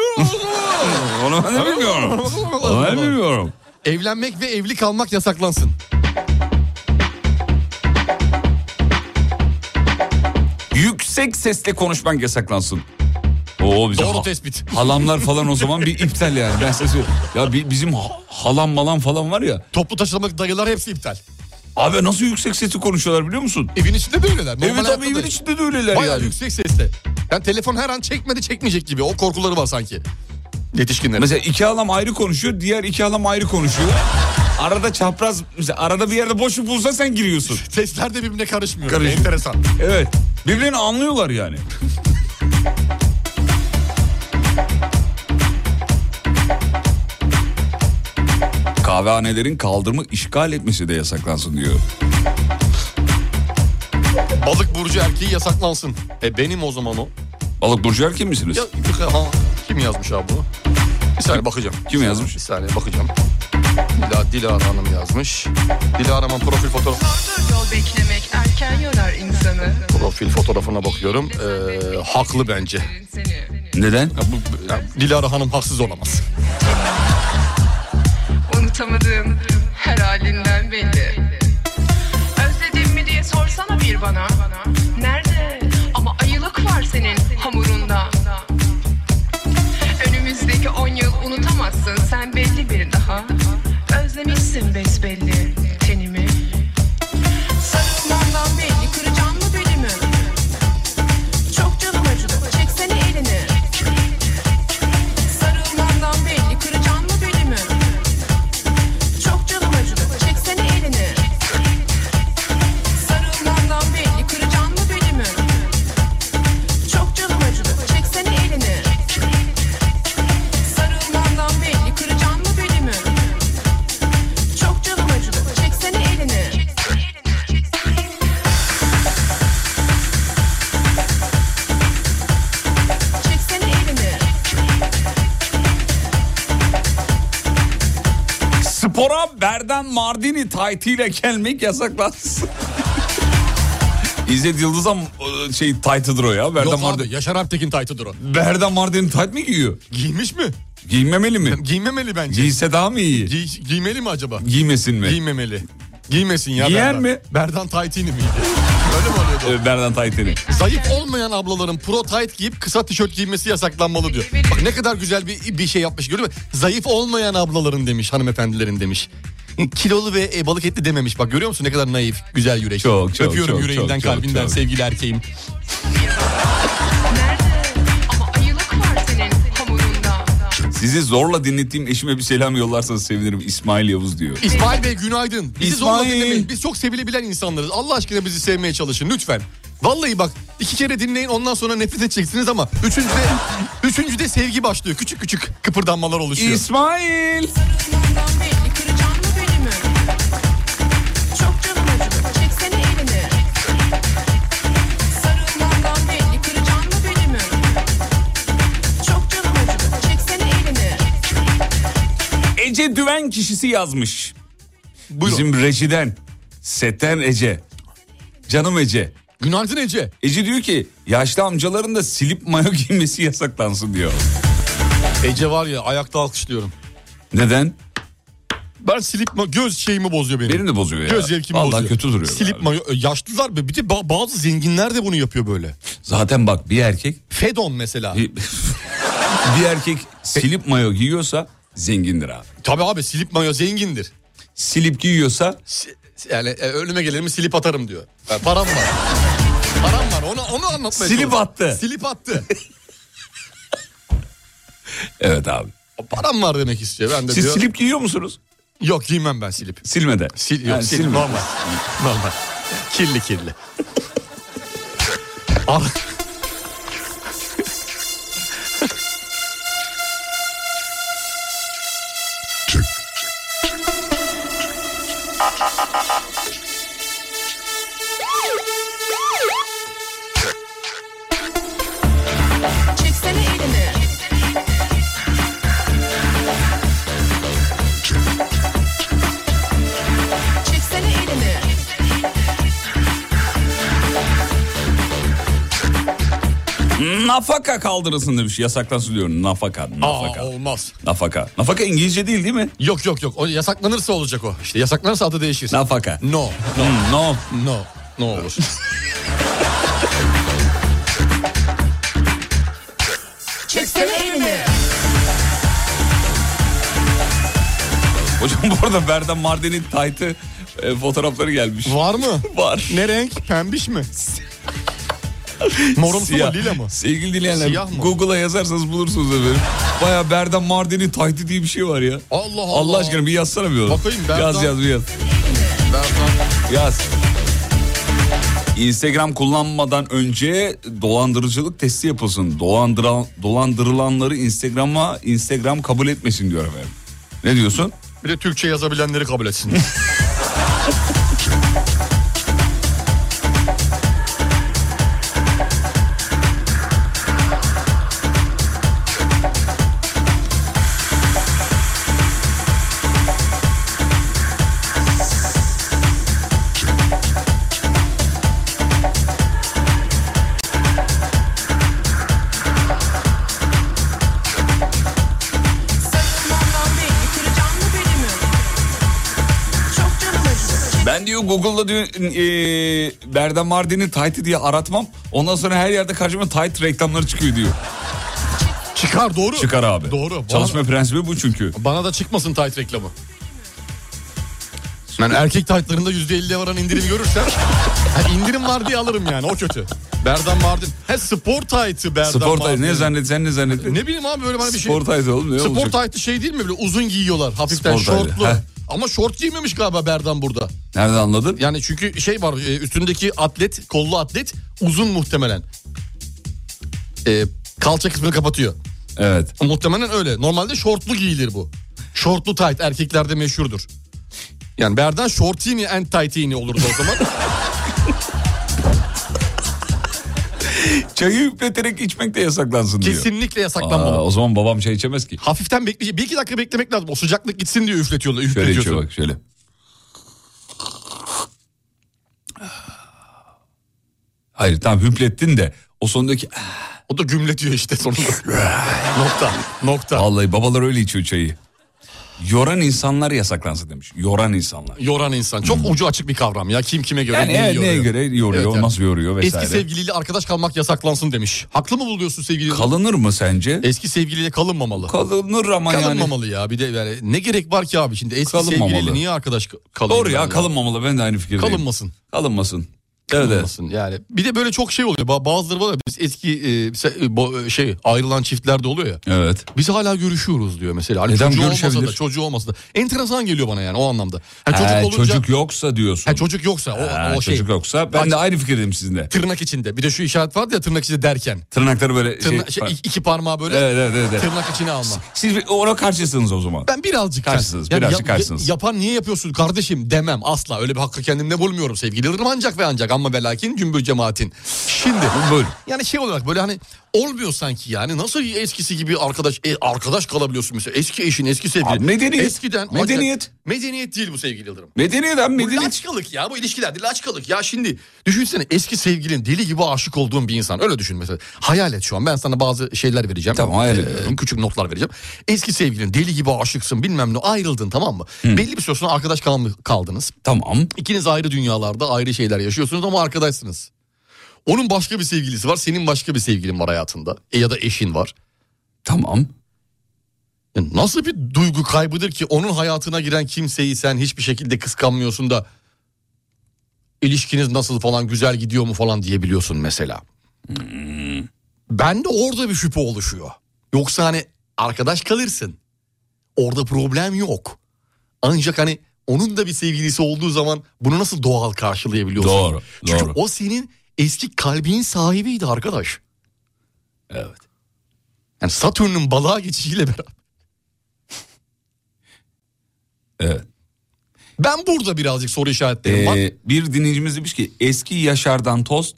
Onu ben de
[LAUGHS]
bilmiyorum. Onu ben de bilmiyorum.
Evlenmek ve evli kalmak yasaklansın.
Yüksek sesle konuşmak yasaklansın. Oo bize
Doğru
ha-
tespit.
halamlar falan o zaman bir iptal yani. Ben size söyleyeyim. Ya bi- bizim ha- halam malam falan var ya.
Toplu taşımak dayılar hepsi iptal.
Abi nasıl yüksek sesle konuşuyorlar biliyor musun?
Evin içinde de öyleler. Normal
Evet
hayatta
abi
da-
evin içinde de öyleler
Bayağı
yani.
yüksek sesle. Yani telefon her an çekmedi çekmeyecek gibi. O korkuları var sanki. Yetişkinlerin.
Mesela iki halam ayrı konuşuyor, diğer iki halam ayrı konuşuyor. Arada çapraz, mesela arada bir yerde boşluk bulsa sen giriyorsun.
Sesler de birbirine karışmıyor.
Karışmıyor.
Enteresan.
Evet. Birbirini anlıyorlar yani. Kahvehanelerin kaldırımı işgal etmesi de yasaklansın diyor.
Balık burcu erkeği yasaklansın. E benim o zaman o.
Balık Burcu erkek misiniz?
Ya, ha, kim yazmış abi bunu? Bir saniye bakacağım.
Kim yazmış?
Bir saniye bakacağım. Dila, Dilara Hanım yazmış. Dilara Hanım profil fotoğrafı.
Yol beklemek erken yorar insanı.
Profil fotoğrafına bakıyorum. Ee, haklı bence.
Neden?
Ya bu- ya Dilara Hanım haksız olamaz.
Unutamadığım her halinden belli. Özledin mi diye sorsana bir bana. Nerede? Ama ayılık var senin hamurunda.
Spora Berdan Mardini taytıyla gelmek yasaklansın. [LAUGHS] İzzet Yıldız'a e, şey taytıdır o ya. Berdan
Yok
Mardini.
abi Yaşar Alptekin taytıdır o.
Berdan Mardini tayt mı giyiyor?
Giymiş mi?
Giymemeli mi?
Giymemeli bence.
Giyse daha mı iyi?
Giy- giymeli mi acaba?
Giymesin mi?
Giymemeli. Giymesin ya
Giyer
Berdan.
mi?
Berdan taytini miydi? Öyle mi oluyordu?
E, Berdan taytını.
Zayıf olmayan ablaların pro tayt giyip kısa tişört giymesi yasaklanmalı diyor. Bak ne kadar güzel bir, bir şey yapmış gördün mü? Zayıf olmayan ablaların demiş hanımefendilerin demiş. [LAUGHS] Kilolu ve e, balık etli dememiş. Bak görüyor musun ne kadar naif, güzel yürek.
Çok, çok,
Öpüyorum
çok,
yüreğimden,
çok, çok,
kalbimden
çok.
sevgili erkeğim.
Sizi zorla dinlettiğim eşime bir selam yollarsanız sevinirim. İsmail Yavuz diyor.
İsmail Bey günaydın. Bizi zorla
İsmail.
dinlemeyin. Biz çok sevilebilen insanlarız. Allah aşkına bizi sevmeye çalışın lütfen. Vallahi bak iki kere dinleyin ondan sonra nefret edeceksiniz ama üçüncüde, üçüncüde sevgi başlıyor. Küçük küçük kıpırdanmalar oluşuyor.
İsmail.
Çok canım acıdı. Çeksene elini. Sarılmandan belli kıracağım mı beni mi? Çok canım acıdı. Çeksene elini.
Ece Düven kişisi yazmış. Bizim rejiden. Setten Ece. Canım Ece.
Günaydın Ece.
Ece diyor ki yaşlı amcaların da silip mayo giymesi yasaklansın diyor.
Ece var ya ayakta alkışlıyorum.
Neden?
Ben silip ma- göz şeyimi bozuyor benim.
Benim de bozuyor ya.
Göz zevkimi
Vallahi
bozuyor.
kötü duruyor
Silip mayo yaşlılar be bir de ba- bazı zenginler de bunu yapıyor böyle.
Zaten bak bir erkek
Fedon mesela.
bir, [LAUGHS] bir erkek silip mayo giyiyorsa zengindir abi.
Tabii abi silip mayo zengindir.
Silip giyiyorsa
Si- Yani e, önüme gelirimi silip atarım diyor. Yani param var. param var onu onu anlatmaya
Silip
çalışıyorum.
attı.
Silip attı.
evet abi.
param var demek istiyor. Ben de
Siz
diyor.
silip giyiyor musunuz?
Yok giymem ben silip.
Silmede.
Sil, yok,
Yani
sil,
silme.
normal. normal. Kirli
[LAUGHS]
kirli. Al.
Çeksene elini. Çeksene elini.
Nafaka kaldırılsın demiş. Yasaklansın diyor. Nafaka. Nafaka.
Aa, olmaz.
Nafaka. Nafaka İngilizce değil değil mi?
Yok yok yok. O yasaklanırsa olacak o. İşte yasaklanırsa adı değişir.
Nafaka.
No.
Hmm, No.
No. No olur.
Çeksene elini.
Hocam bu arada Berdan Mardin'in taytı e, fotoğrafları gelmiş.
Var mı?
Var.
Ne renk? Pembiş mi? Morumsu mu?
Siyah.
Lila mı?
Sevgili dinleyenler
Siyah mı?
Google'a yazarsanız bulursunuz efendim. Baya Berdan Mardin'in taytı diye bir şey var ya.
Allah Allah.
Allah, aşkına bir yazsana bir onu.
Bakayım Berdan-
Yaz yaz bir yaz. Yaz. Instagram kullanmadan önce dolandırıcılık testi yapılsın. Dolandıran, dolandırılanları Instagram'a Instagram kabul etmesin diyor efendim. Ne diyorsun?
Bir de Türkçe yazabilenleri kabul etsin.
Ben diyor Google'da diyor e, Berdan Mardin'in taytı diye aratmam. Ondan sonra her yerde karşıma tayt reklamları çıkıyor diyor.
[LAUGHS] Çıkar doğru.
Çıkar abi.
Doğru.
Çalışma prensibi bu çünkü.
Bana da çıkmasın tayt reklamı. Ben erkek taytlarında %50'ye varan indirim görürsem ha, indirim var diye alırım yani o kötü. Berdan Mardin. He spor taytı Berdan
Spor taytı ne
Mardin.
zannet sen ne zannet?
Ne bileyim abi böyle bana bir şey.
Spor taytı oğlum ne
Spor
olacak?
taytı şey değil mi böyle uzun giyiyorlar hafiften
Spor taytı,
şortlu.
heh.
Ama şort giymemiş galiba Berdan burada.
Nereden anladın?
Yani çünkü şey var e, üstündeki atlet kollu atlet uzun muhtemelen. E, kalça kısmını kapatıyor.
Evet.
Muhtemelen öyle. Normalde şortlu giyilir bu. Şortlu tayt erkeklerde meşhurdur. Yani Berdan şortini and
[LAUGHS]
taytini olurdu o zaman.
Çayı üfleterek içmek de yasaklansın diyor.
Kesinlikle yasaklanmalı.
Aa, o zaman babam çay içemez ki.
Hafiften bekleyecek. Bir iki dakika beklemek lazım. O sıcaklık gitsin diye üfletiyorlar.
Şöyle
Üfletiyorsun.
içiyor bak şöyle. Hayır tamam hüplettin de o sondaki... "Ah,
O da gümletiyor işte sonunda. [LAUGHS] nokta nokta.
Vallahi babalar öyle içiyor çayı. Yoran insanlar yasaklansın demiş. Yoran insanlar.
Yoran insan. Çok ucu açık bir kavram ya. Kim kime göre
Hmm. Yani
neyi
evet, neye göre yoruyor, nasıl yoruyor vesaire.
Eski sevgiliyle arkadaş kalmak yasaklansın demiş. Haklı mı buluyorsun sevgili?
Kalınır mı sence?
Eski sevgiliyle kalınmamalı.
Kalınır ama yani.
E, Kalınmamalı ya. Bir de yani ne gerek var ki abi şimdi eski
Kalınmamalı.
sevgiliyle niye arkadaş kalın?
Doğru ya kalınmamalı ben de aynı fikirdeyim.
Kalınmasın.
Kalınmasın. Evet, evet.
Olmasın yani. Bir de böyle çok şey oluyor. Ba- Bazıları var ya, biz eski e, se- e, bo- e, şey ayrılan çiftlerde oluyor ya.
Evet.
Biz hala görüşüyoruz diyor mesela. Hani
Neden
çocuğu olmasa da
görüşebilir?
çocuğu olmasa da. Enteresan geliyor bana yani o anlamda. Ha,
Ha,
E, çocuk
çocuk,
olunca
yoksa diyorsun.
Ha, çocuk yoksa o,
Ha,
o şey.
Çocuk yoksa ben de aynı fikirdeyim sizinle.
Tırnak içinde. Bir de şu işaret vardı ya tırnak içinde derken.
Tırnakları böyle şey-
Tırna- şey, i- iki parmağı böyle
Evet, evet, evet, evet.
tırnak içine alma.
Siz ona karşısınız o zaman.
Ben birazcık
Karşısınız,
Yani
birazcık
yap-
karşısınız.
Yapan niye yapıyorsun kardeşim demem asla. Öyle bir hakkı kendimde bulmuyorum sevgili Yıldırım ancak ve ancak ama ve lakin cümbür cemaatin. Şimdi yani şey olarak böyle hani olmuyor sanki yani nasıl eskisi gibi arkadaş e, arkadaş kalabiliyorsun mesela eski eşin eski sevgilin.
Abi medeniyet.
Eskiden
Medeniyet.
medeniyet değil bu sevgili Yıldırım.
Medeniyet abi, medeniyet.
Bu laçkalık ya bu ilişkilerde laçkalık ya şimdi düşünsene eski sevgilin deli gibi aşık olduğun bir insan öyle düşün mesela. Hayal et şu an ben sana bazı şeyler vereceğim.
Tamam, hayal
Ee,
ediyorum.
küçük notlar vereceğim. Eski sevgilin deli gibi aşıksın bilmem ne ayrıldın tamam mı? Belli bir süre sonra arkadaş kal- kaldınız.
Tamam.
İkiniz ayrı dünyalarda ayrı şeyler yaşıyorsunuz ama arkadaşsınız. Onun başka bir sevgilisi var senin başka bir sevgilin var hayatında. E, ya da eşin var.
Tamam.
Ya E, Nasıl bir duygu kaybıdır ki onun hayatına giren kimseyi sen hiçbir şekilde kıskanmıyorsun da ilişkiniz nasıl falan güzel gidiyor mu falan diyebiliyorsun mesela.
Hmm.
Ben de orada bir şüphe oluşuyor. Yoksa hani arkadaş kalırsın. Orada problem yok. Ancak hani onun da bir sevgilisi olduğu zaman bunu nasıl doğal karşılayabiliyorsun?
Doğru,
Çünkü
doğru.
o senin eski kalbinin sahibiydi arkadaş.
Evet.
Yani Satürn'ün balığa geçişiyle beraber.
Evet.
Ben burada birazcık soru işaretlerim var.
Ee, bir dinleyicimiz demiş ki eski Yaşar'dan tost,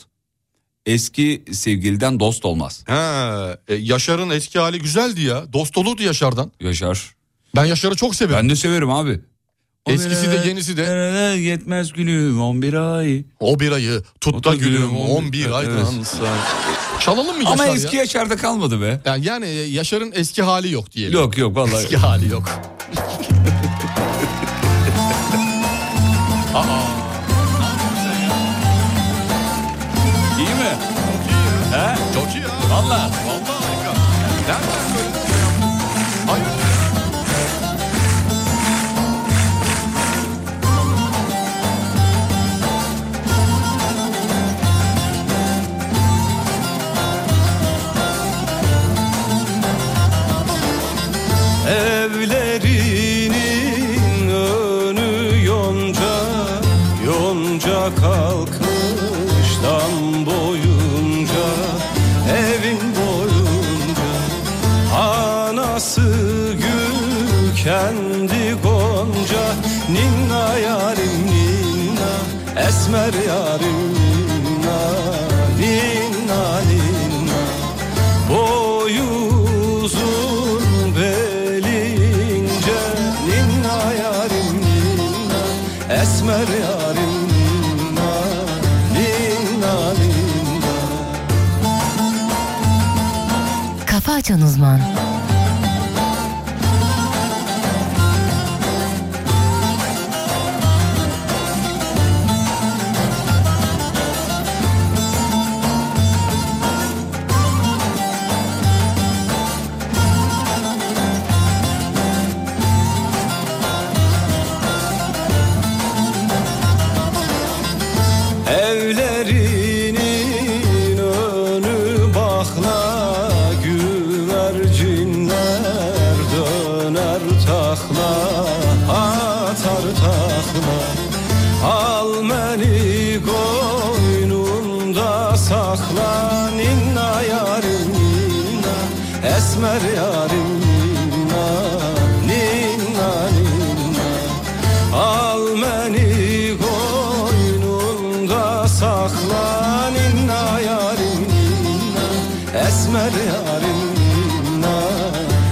eski sevgiliden dost olmaz.
Ha, e, Yaşar'ın eski hali güzeldi ya. Dost olurdu Yaşar'dan.
Yaşar.
Ben Yaşar'ı çok severim.
Ben de severim abi.
Eskisi de yenisi de.
Yetmez gülüm 11 ay.
O bir ayı tut da gülüm 11 aydan. Çalalım mı Yaşar
Ama
ya?
eski Yaşar'da kalmadı be.
Yani, yani e, Yaşar'ın eski hali yok diyelim.
Yok yok vallahi.
Eski hali yok. Aa,
İyi mi? He?
çok iyi ya.
Valla.
Vallahi harika. Nereden böyle? Hayır.
Evlerinin önü yonca Yonca kalkıştan boyunca Evin boyunca Anası gül kendi gonca Ninna yarim ninna Esmer yarim ninna Ninna ninna Boyu uzun beli ince Ninna yarim ninna Esmer yarim ninna Ninna ninna
Kafa Açan Uzman
Evlerinin önü bakla Güvercinler döner takla Atar takla Al beni koynunda sakla Ninna yarim ninna Esmer yarim ninna Ninna ninna Al beni koynunda sakla ninna yarim ninna ninna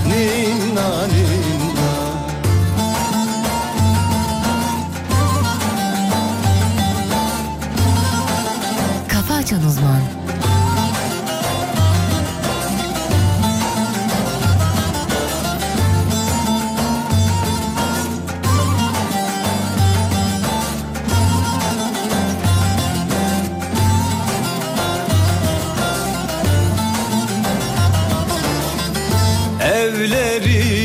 ninna ninna
Kafa Açan Uzman.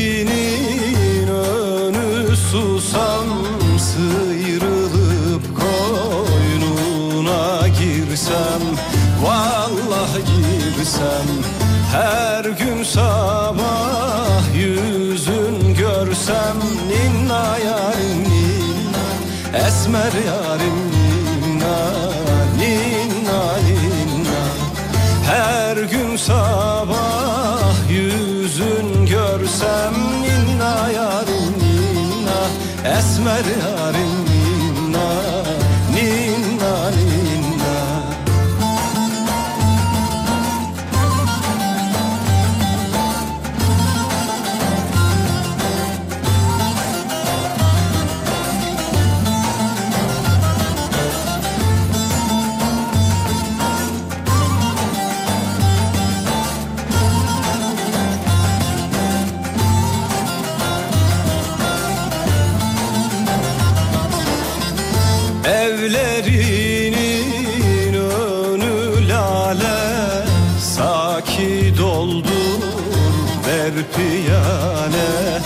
Evlerinin önü susam Sıyrılıp koynuna girsem Vallahi girsem Her gün sabah yüzün görsem Ninna yarim ninna Esmer yarim ninna Ninna ninna her gün sabah yüzün görsem ninna yarim ninna esmer yarim ninna ninna ninna Evlerinin önü lale Saki doldur ver piyane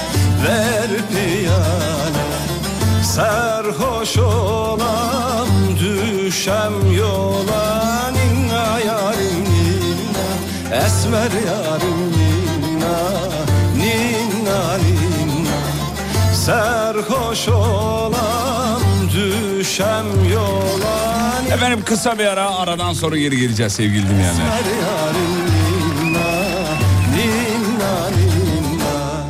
Ver piyane Serhoş olan düşem yola Ninna yarim ninna Esmer yarim ninna Ninna ninna Serhoş olan düşem yola
Efendim kısa bir ara aradan sonra geri geleceğiz sevgili dinleyenler.
Her yarim ninna, ninna, ninna.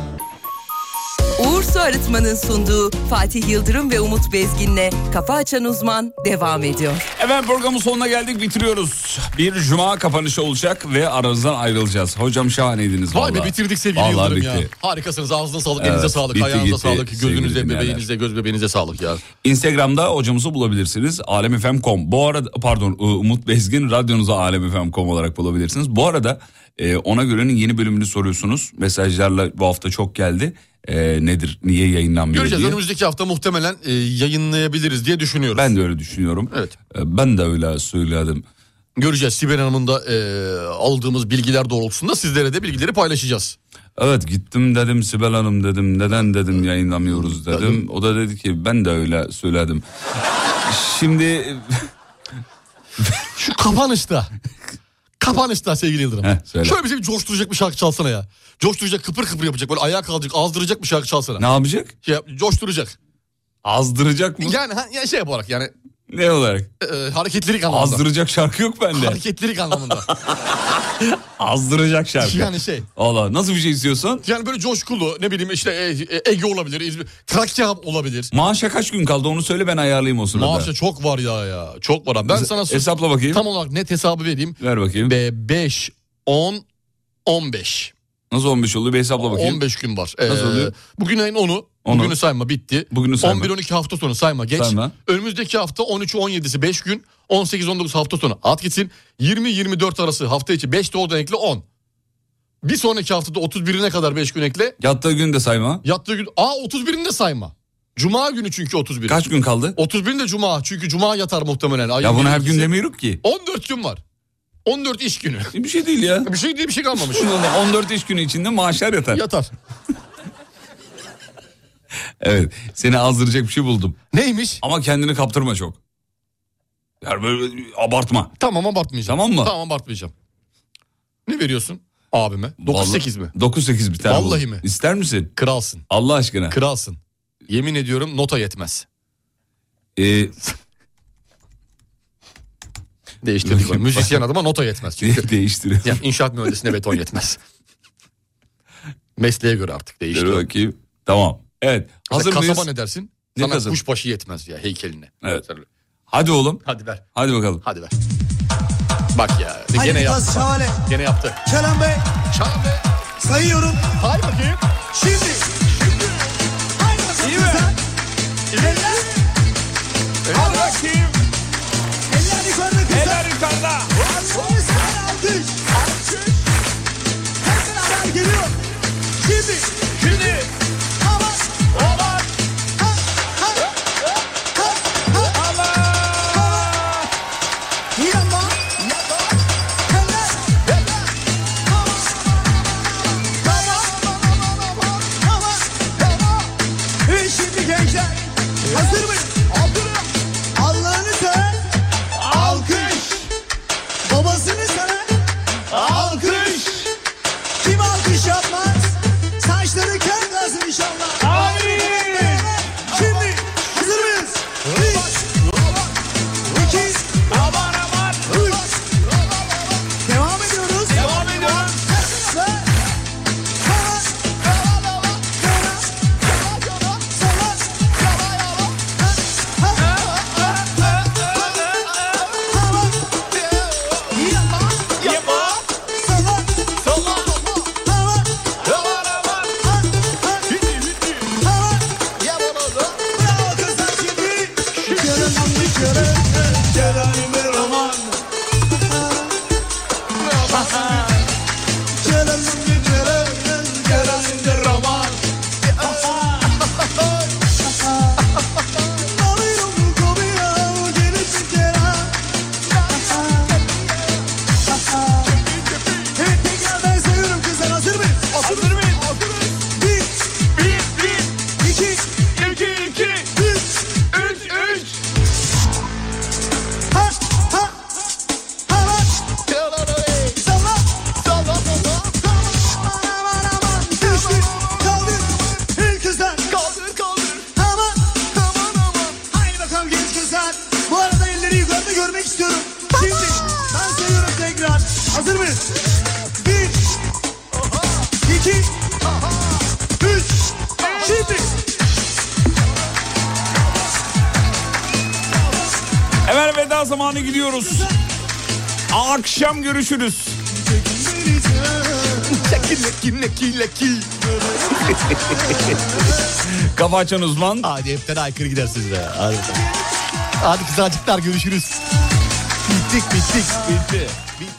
Uğur Su Arıtma'nın sunduğu Fatih Yıldırım ve Umut Bezgin'le Kafa Açan Uzman devam ediyor.
Efendim programın sonuna geldik bitiriyoruz. Bir cuma kapanışı olacak ve aranızdan ayrılacağız. Hocam şahaneydiniz
Vay be
vallahi.
bitirdik sevgili
Vallahi
Yıldırım
bitti.
ya. Harikasınız ağzınıza sağlık,
Evet,
elinize sağlık,
bitti
ayağınıza
gitti
sağlık,
sevgili
gözünüze,
dinleyenler.
bebeğinize, göz bebeğinize sağlık ya.
Instagram'da hocamızı bulabilirsiniz. Alemfm.com. Bu arada pardon Umut Bezgin radyonuza alemfm.com olarak bulabilirsiniz. Bu arada e, ona görenin yeni bölümünü soruyorsunuz. Mesajlarla bu hafta çok geldi. E, nedir? Niye yayınlanmıyor
Göreceğiz
diye.
önümüzdeki hafta muhtemelen e, yayınlayabiliriz diye düşünüyoruz.
Ben de öyle düşünüyorum.
Evet.
E, ben de öyle söyledim.
Göreceğiz Sibel Hanım'ın da e, aldığımız bilgiler doğrultusunda sizlere de bilgileri paylaşacağız.
Evet gittim dedim Sibel Hanım dedim neden dedim yayınlamıyoruz dedim. O da dedi ki ben de öyle söyledim. Şimdi [LAUGHS]
Şu kapanışta. kapanışta sevgili Yıldırım.
Heh, söyle.
Şöyle bize bir coşturacak bir şarkı çalsana ya. Coşturacak kıpır kıpır yapacak böyle ayağa kalacak azdıracak bir şarkı çalsana.
ne yapacak?
Şey, yap- coşturacak.
Azdıracak mı?
Yani, ha- ya şey yaparak yani
Ne olarak?
e, hareketlilik anlamında.
Azdıracak şarkı yok bende.
Hareketlilik
[LAUGHS]
anlamında.
Azdıracak şarkı.
yani şey.
Allah nasıl bir şey istiyorsun?
Yani böyle coşkulu ne bileyim işte e, e, Ege olabilir, İzmir, Trakya olabilir.
Maaşa kaç gün kaldı onu söyle ben ayarlayayım o sırada.
Maaşta çok var ya ya. Çok var. abi. Ben
Hesa-
sana sor-
hesapla bakayım.
Tam olarak net hesabı vereyim.
Ver bakayım.
5, 10, 15.
Nasıl 15 oldu bir hesapla bakayım.
15 gün var. Ee,
Nasıl oluyor?
Bugün ayın 10'u.
Onu.
Bugünü sayma bitti.
Bugünü sayma.
11-12 hafta sonu sayma geç.
Sayma.
Önümüzdeki hafta 13-17'si 5 gün. 18-19 hafta sonu at gitsin. 20-24 arası hafta içi 5 de oradan ekle 10. Bir sonraki haftada 31'ine kadar 5 gün ekle.
Yattığı günü de sayma.
Yattığı gün... Aa 31'ini de sayma. Cuma günü çünkü 31.
Kaç gün kaldı?
31'in de cuma. Çünkü cuma yatar muhtemelen. Ayın
ya bunu her
22'si.
gün demiyoruz ki.
14 gün var. 14 iş günü. [LAUGHS]
Bir şey değil ya.
Bir şey diye bir şey
[LAUGHS]
kalmamış.
Şundan 14 iş günü içinde maaşlar yatar.
[LAUGHS] Yatar.
Evet. Seni azdıracak bir şey buldum.
Neymiş?
Ama kendini kaptırma çok. Yani böyle abartma.
Tamam abartmayacağım.
Tamam mı?
Tamam abartmayacağım. Ne veriyorsun abime? 9-8 mi?
9-8 biter.
Vallahi mi?
İster misin?
Kralsın.
Allah aşkına.
Kralsın. Yemin ediyorum nota yetmez.
Ee,
Değiştirdik onu. Müzisyen adama nota yetmez.
[LAUGHS]
Çünkü
de- değiştiriyorum.
yani inşaat mühendisine beton yetmez. Mesleğe göre artık
Dur
değişti.
bakayım. Tamam. Evet. Hazır
Hazır
mıyız?
kasaba ne dersin?
Ne
Sana
kasaba?
kuşbaşı yetmez ya heykeline.
Evet. Hadi oğlum.
Hadi ver.
Hadi bakalım.
Hadi ver. Bak ya. Gene
Haydi
yaptı.
biraz şahane.
Gene yaptı.
Kenan Bey
Çağla.
Sayıyorum.
Hay bakayım.
Şimdi. Şimdi. İyi mi? Eller. Al bakayım. Eller yukarıda kızlar. Eller yukarıda. Alkış. Alkış. Alkış. Hep beraber geliyor. Şimdi. Şimdi. Aman. Aman. Ha, ha, ha, ha. Aman. Yama, yama. Eller. Eller. Aman. Aman, aman, aman, aman, aman. Ee, Şimdi gençler hazır mıyız? Hazırım. Allah'ını seven alkış. Babasını seven alkış. Kim alkış yapmaz? Saçları kel kalsın inşallah. Amin. Şimdi hazır mıyız? Üç. İki. Aman aman. Üç. Devam ediyoruz. Devam ediyoruz. Evet tekrar ben seviyorum kızlar hazır mıyız? Hazır mıyız? Hazır mıyız? Bir, bir, bir, iki, iki, iki, üç, üç, üç. Ha, ha, ha, ha. Salla, salla, salla. Aman, aman, düştü. Kaldır. Hey kızlar. Aman, aman, aman. Haydi bakalım genç kızlar. Bu arada elleri yukarıda görmek istiyorum. Şimdi ben seviyorum tekrar. Hazır mıyız? Bir, iki, üç, şimdi.
Hemen veda zamanı gidiyoruz. Akşam görüşürüz.
Leki leki leki leki.
Kafa açan uzman.
Hadi hepten aykırı gidersiniz ya. Hadi. Hadi kızarcıklar görüşürüz. Bittik bittik. Bitti. Bitti.